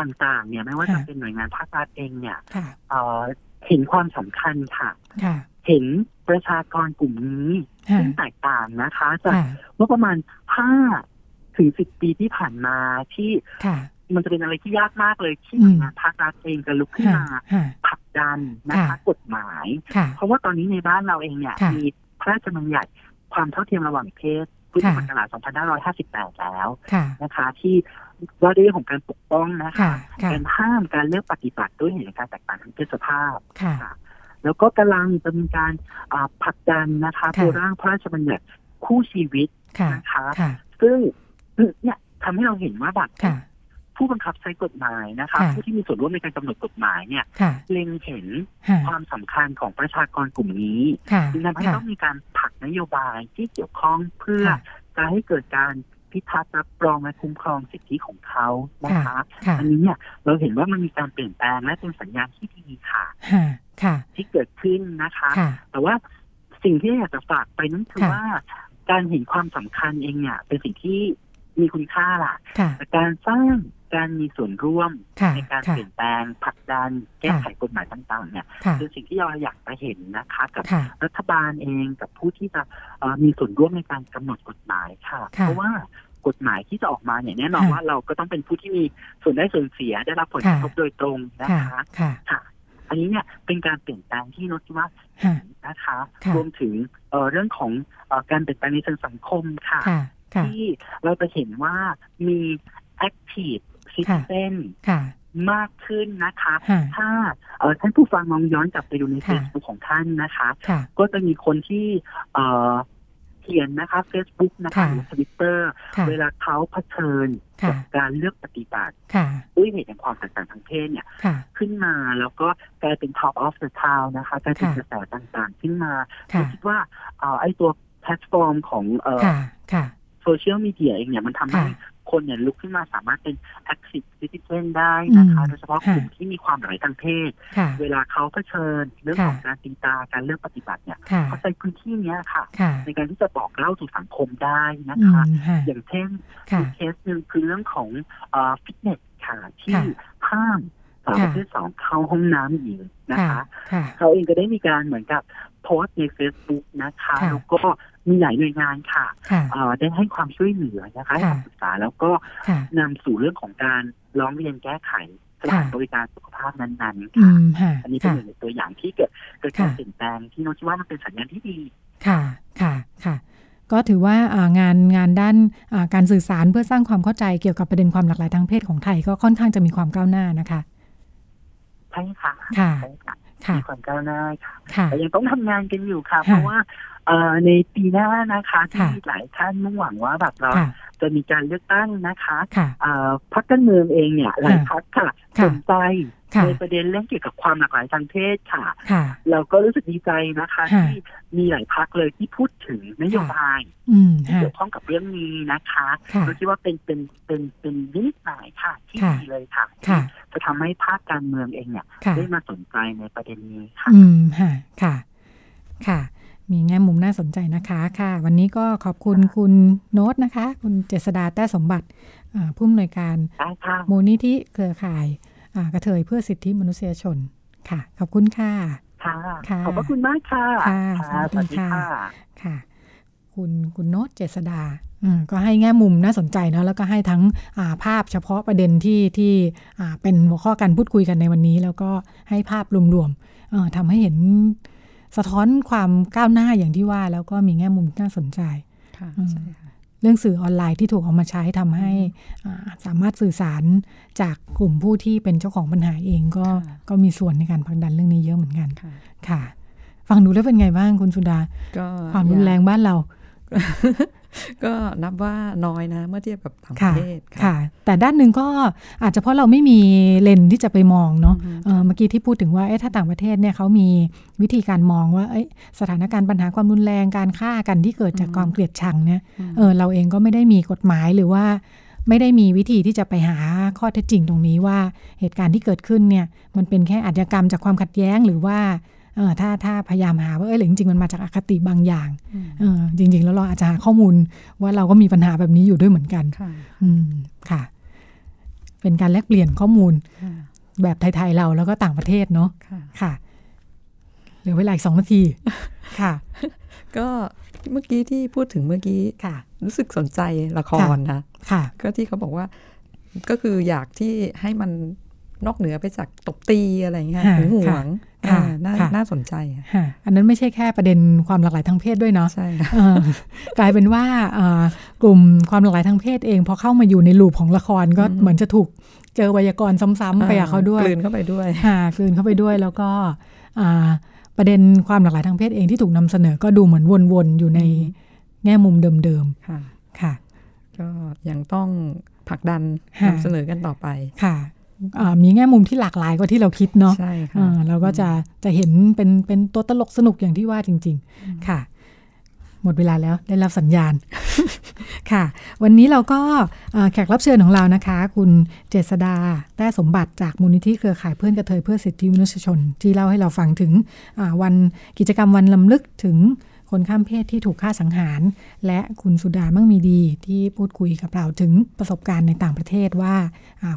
S8: ต่างๆ เนี่ยไม่ว่าจะเป็นหน่วยงานภาครัฐเองเนี่ยเห็นความสำคัญค่ะ เห็นประชากรกลุ่มนี้ซึ่งแตกต่างนะคะจากเมื่อประมาณห้าถึงสิบปีที่ผ่านมาที่มันจะเป็นอะไรที่ยากมากเลยที่หน่วยงานภาครัฐเองจะลุกขึ้นมาผลักดันนะคะกฎหมาย เพราะว่าตอนนี้ในบ้านเราเองเนี่ยมีพระราชบัญญัติความเท่าเทียมระหว่างเพศพุทธศักราช2558 แล้วนะคะ ที่ว่าด้วยเรื่องของการปกป้องนะคะการห้ามการเลือกปฏิบัติด้วยเหตุการณ์แตกต่างทางเพศสภาพ แล้วก็กำลังดำเนินการอ่าผลักดันนะคะตัวร่างพระราชบัญญัติคู่ชีวิตนะคะซึ่ง เนี่ยทำให้เราเห็นว่าแบบผู้บังคับใช้กฎหมายนะคะผู้ที่มีส่วนร่วมในการกำหนดกฎหมายเนี่ยเล็งเห็นความสำคัญของประชากรกลุ่มนี้จึงทำให้ต้องมีการผลักนโยบายที่เกี่ยวข้องเพื่อจะให้เกิดการพิทักษ์รับรองและคุ้มครองสิทธิของเขานะคะอันนี้เนี่ยเราเห็นว่ามันมีการเปลี่ยนแปลงและเป็นสัญญาณที่ดีค่ะที่เกิดขึ้นนะคะ แต่ว่าสิ่งที่อยากจะฝากไปนั้นคือว่า การเห็นความสำคัญเองเนี่ยเป็นสิ่งที่มีคุณค่าล่ะแต่การสร้างการมีส่วนร่วมในการเปลี่ยนแปลงผลักดันแก้ไขกฎหมายต่างๆเนี่ยคือสิ่งที่เราอยากจะเห็นนะคะ กับรัฐบาลเองกับผู้ที่จะมีส่วนร่วมในการกำหนดกฎหมายค่ะ เพราะว่ากฎหมายที่จะออกมาเนี่ยแน่นอนว่าเราก็ต้องเป็นผู้ที่มีส่วนได้ส่วนเสียได้รับผลกระทบโดยตรงนะคะค่ะ อันนี้เนี่ยเป็นการเปลี่ยนแปลงที่นดว่านะคะรวมถึงเรื่องของการเปลี่ยนแปลงในเชิงสังคมค่ะที่เราจะเห็นว่ามี active citizen มากขึ้นนะคะ ถ้าท่านผู้ฟังมองย้อนกลับไปดูในเฟซบุ๊กของท่านนะคะ ก็จะมีคนที่เขียนนะคะเฟซบุ๊กนะคะหรือทวิตเตอร์เวลาเขาเผชิญกับการเลือกปฏิบัติด้วยเหตุแห่งความแตกต่างทางเพศเนี่ย ขึ้นมาแล้วก็กลายเป็น top of the town นะคะกลายเป็นกระแสต่างๆ ขึ้นมาคิดว่าไอ้ตัวแพลตฟอร์มของโซเชียลมีเดียเองเนี่ยมันทำให้คนเนี่ยลุกขึ้นมาสามารถเป็น active citizen ได้นะคะ โดยเฉพาะกลุ่มที่มีความหลากหลายทางเพศ เวลาเขาเผชิญเรื่องของการตีตาการเลือกปฏิบัติเนี่ยเขาใช้พื้นที่เนี้ยค่ะ ในการที่จะบอกเล่าสู่สังคมได้นะคะ อย่างเช่นเคสหนึ่งคือเรื่องของฟิตเนสค่ะ ที่ห้ามสาวประเภทสองเข้าห้องน้ำหญิงนะคะเขาเองก็ได้มีการเหมือนกับโพสต์ใน Facebook นะคะ แล้วก็มีหลายหน่วยงานค่ะได้ให้ความช่วยเหลือนะคะให้คำปรึกษาแล้วก็นำสู่เรื่องของการร้องเรียนแก้ไขสถานบริการสุขภาพนั้นๆค่ะอันนี้เป็นหนึ่งในตัวอย่างที่เกิดเกิดการเปลี่ยนแปลงที่น้องคิดว่ามันเป็นสัญญาณที่ดี
S2: ค่ะค่ะค่ะก็ถือว่างานงานด้านการสื่อสารเพื่อสร้างความเข้าใจเกี่ยวกับประเด็นความหลากหลายทางเพศของไทยก็ค่อนข้างจะมีความก้าวหน้านะคะ
S8: ใช่ค่ะค่ะมีความก้าวหน้าค่ะแต่ยังต้องทำงานกันอยู่ค่ะ เพราะว่าในปีหน้านะคะที่หลายท่านมุ่งหวังว่าแบบเราจะมีการเลือกตั้งนะคะพรรคการเมืองเองเนี่ยหลายพรรคค่ะสนใจในประเด็นเรื่องเกี่ยวกับความหลากหลายทางเพศค่ะ เราก็รู้สึกดีใจนะคะ ที่มีหลายพักเลยที่พูดถึงนโยบายที่เกี่ยวข้องกับเรื่องนี้นะคะเราคิดว่าเป็นเป็นเป็นเป็นนิดหน่อยค่ะ ที่ดีเลยค่ะ จะทำให้ภาคการเมืองเองเนี่ยได้มาสนใจในประเด็นนี้ค่ะ
S2: อืมค่ะค่ะค่ะมีแง่มุมน่าสนใจนะคะค่ะ วันนี้ก็ขอบคุณคุณโน้ตนะคะ คุณเจษดาแต้สมบัติผู้อำนวยการมูลนิธิเครือข่ายกระเทยเพื่อสิทธิมนุษยชนค่ะ ขอบคุณค่ะ
S8: ค่ะขอบพระคุณมากค่ะ
S2: ค่ะสวัสดีค่ะค่ะ คุณคุณโน้ตเจษดาก็ให้แง่มุมน่าสนใจเนาะแล้วก็ให้ทั้งภาพเฉพาะประเด็นที่ที่เป็นหัวข้อการพูดคุยกันในวันนี้ แล้วก็ให้ภาพรวมๆทำให้เห็นสะท้อนความก้าวหน้าอย่างที่ว่า แล้วก็มีแง่มุมน่าสนใจ
S3: ค่ะ
S2: เรื่องสื่อออนไลน์ที่ถูกเอามาใช้ทำให้สามารถสื่อสารจากกลุ่มผู้ที่เป็นเจ้าของปัญหาเองก็ก็มีส่วนในการผลักดันเรื่องนี้เยอะเหมือนกันค่ะ ฟังดูแล้วเป็นไงบ้างคุณสุดา ความรุนแรงบ้านเรา
S3: ก็นับว่าน้อยนะ เมื่อเทียบกับต่างประเทศ
S2: ค่ะ แต่ด้านหนึ่งก็อาจจะเพราะเราไม่มีเลนที่จะไปมองเนาะเมื่อกี้ที่พูดถึงว่าถ้าต่างประเทศเนี่ยเขามีวิธีการมองว่าสถานการณ์ปัญหาความรุนแรงการฆ่ากันที่เกิดจากความเกลียดชังเนี่ยเออเราเองก็ไม่ได้มีกฎหมายหรือว่า ไม่ได้มีวิธีที่จะไปหาข้อเท็จจริงตรงนี้ว่าเหตุการณ์ที่เกิดขึ้นเนี่ย มันเป็นแค่อาชญากรรมจากความขัดแย้งหรือว่าเออถ้าถ้าพยายามหาว่าเออหรือจริงๆมันมาจากอคติบางอย่างเออจริง ๆ แล้วเราอาจจะหาข้อมูลว่าเราก็มีปัญหาแบบนี้อยู่ด้วยเหมือนกัน
S3: ค่ะ
S2: อืมค่ะ เป็นการแลกเปลี่ยนข้อมูลแบบไทย ๆ เราแล้วก็ต่างประเทศเนาะค่ะเหลือเวลาอีกสองนาทีค่ะ
S3: ก็เมื่อกี้ที่พูดถึงเมื่อกี้
S2: ค่ะ
S3: รู้สึกสนใจละครนะ
S2: ค่ะ
S3: ก็ที่เขาบอกว่า ก็คืออยากที่ให้มันนอกเหนือไปจากตบตีอะไรเงี้ยหึงหวงน่าน่าสนใจ
S2: อันนั้นไม่ใช่แค่ประเด็นความหลากหลายทางเพศด้วยเนาะ
S3: ใช่
S2: กลายเป็นว่ากลุ่มความหลากหลายทางเพศเอง พอเข้ามาอยู่ในลูปของละครก็เหมือนจะถูกเจอไวยากรณ์ซ้ำๆไปอ่ะเขาด้วย
S3: กลืนเข้าไปด้วย
S2: กลืนเข้าไปด้วยแล้วก็ ประเด็นความหลากหลายทางเพศเองที่ถูกนำเสนอก็ดูเหมือนวนๆ อยู่ในแง่มุมเดิม
S3: ๆ ค่ะ
S2: ค่ะ
S3: ก็ยังต้องผลักดันนำเสนอกันต่อไป
S2: ค่ะมีแง่มุมที่หลากหลายกว่าที่เราคิดเนาะ
S3: ใช่ค่ะ
S2: เราก็จะจะเห็นเป็นเป็นตัวตลกสนุกอย่างที่ว่าจริง ๆ ค่ะ หมดเวลาแล้วได้รับสัญญาณ ค่ะ วันนี้เราก็แขกรับเชิญของเรานะคะ คุณเจษดาแต้สมบัติจากมูลนิธิเครือข่ายเพื่อนกระเทยเพื่อสิทธิมนุษยชน ที่เล่าให้เราฟังถึงวันกิจกรรมวันลำลึกถึงคนข้ามเพศที่ถูกฆ่าสังหาร และคุณสุดามั่งมีดีที่พูดคุยกับเราถึงประสบการณ์ในต่างประเทศว่า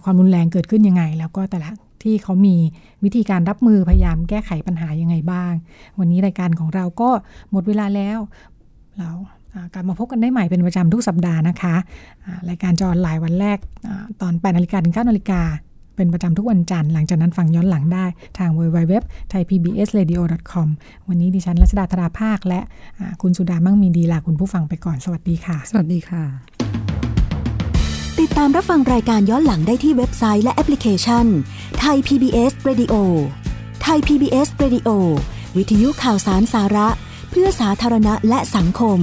S2: ความรุนแรงเกิดขึ้นยังไง แล้วก็แต่ละที่เขามีวิธีการรับมือพยายามแก้ไขปัญหายังไงบ้าง วันนี้รายการของเราก็หมดเวลาแล้ว เรากลับมาพบกันได้ใหม่เป็นประจำทุกสัปดาห์นะคะรายการจออนไลน์วันแรกตอน8นาฬิกาถึง9นาฬิกาเป็นประจำทุกวันจันทร์ หลังจากนั้นฟังย้อนหลังได้ทาง www thai pbs radio com วันนี้ดิฉันรัชดาธราภาค และคุณสุดามั่งมีดีลาคุณผู้ฟังไปก่อน สวัสดีค่ะ
S3: สวัสดีค่ะ
S13: ติดตามรับฟังรายการย้อนหลังได้ที่เว็บไซต์และแอปพลิเคชัน thai pbs radio thai pbs radio วิทยุข่าวสารสาระ เพื่อสาธารณะและสังคม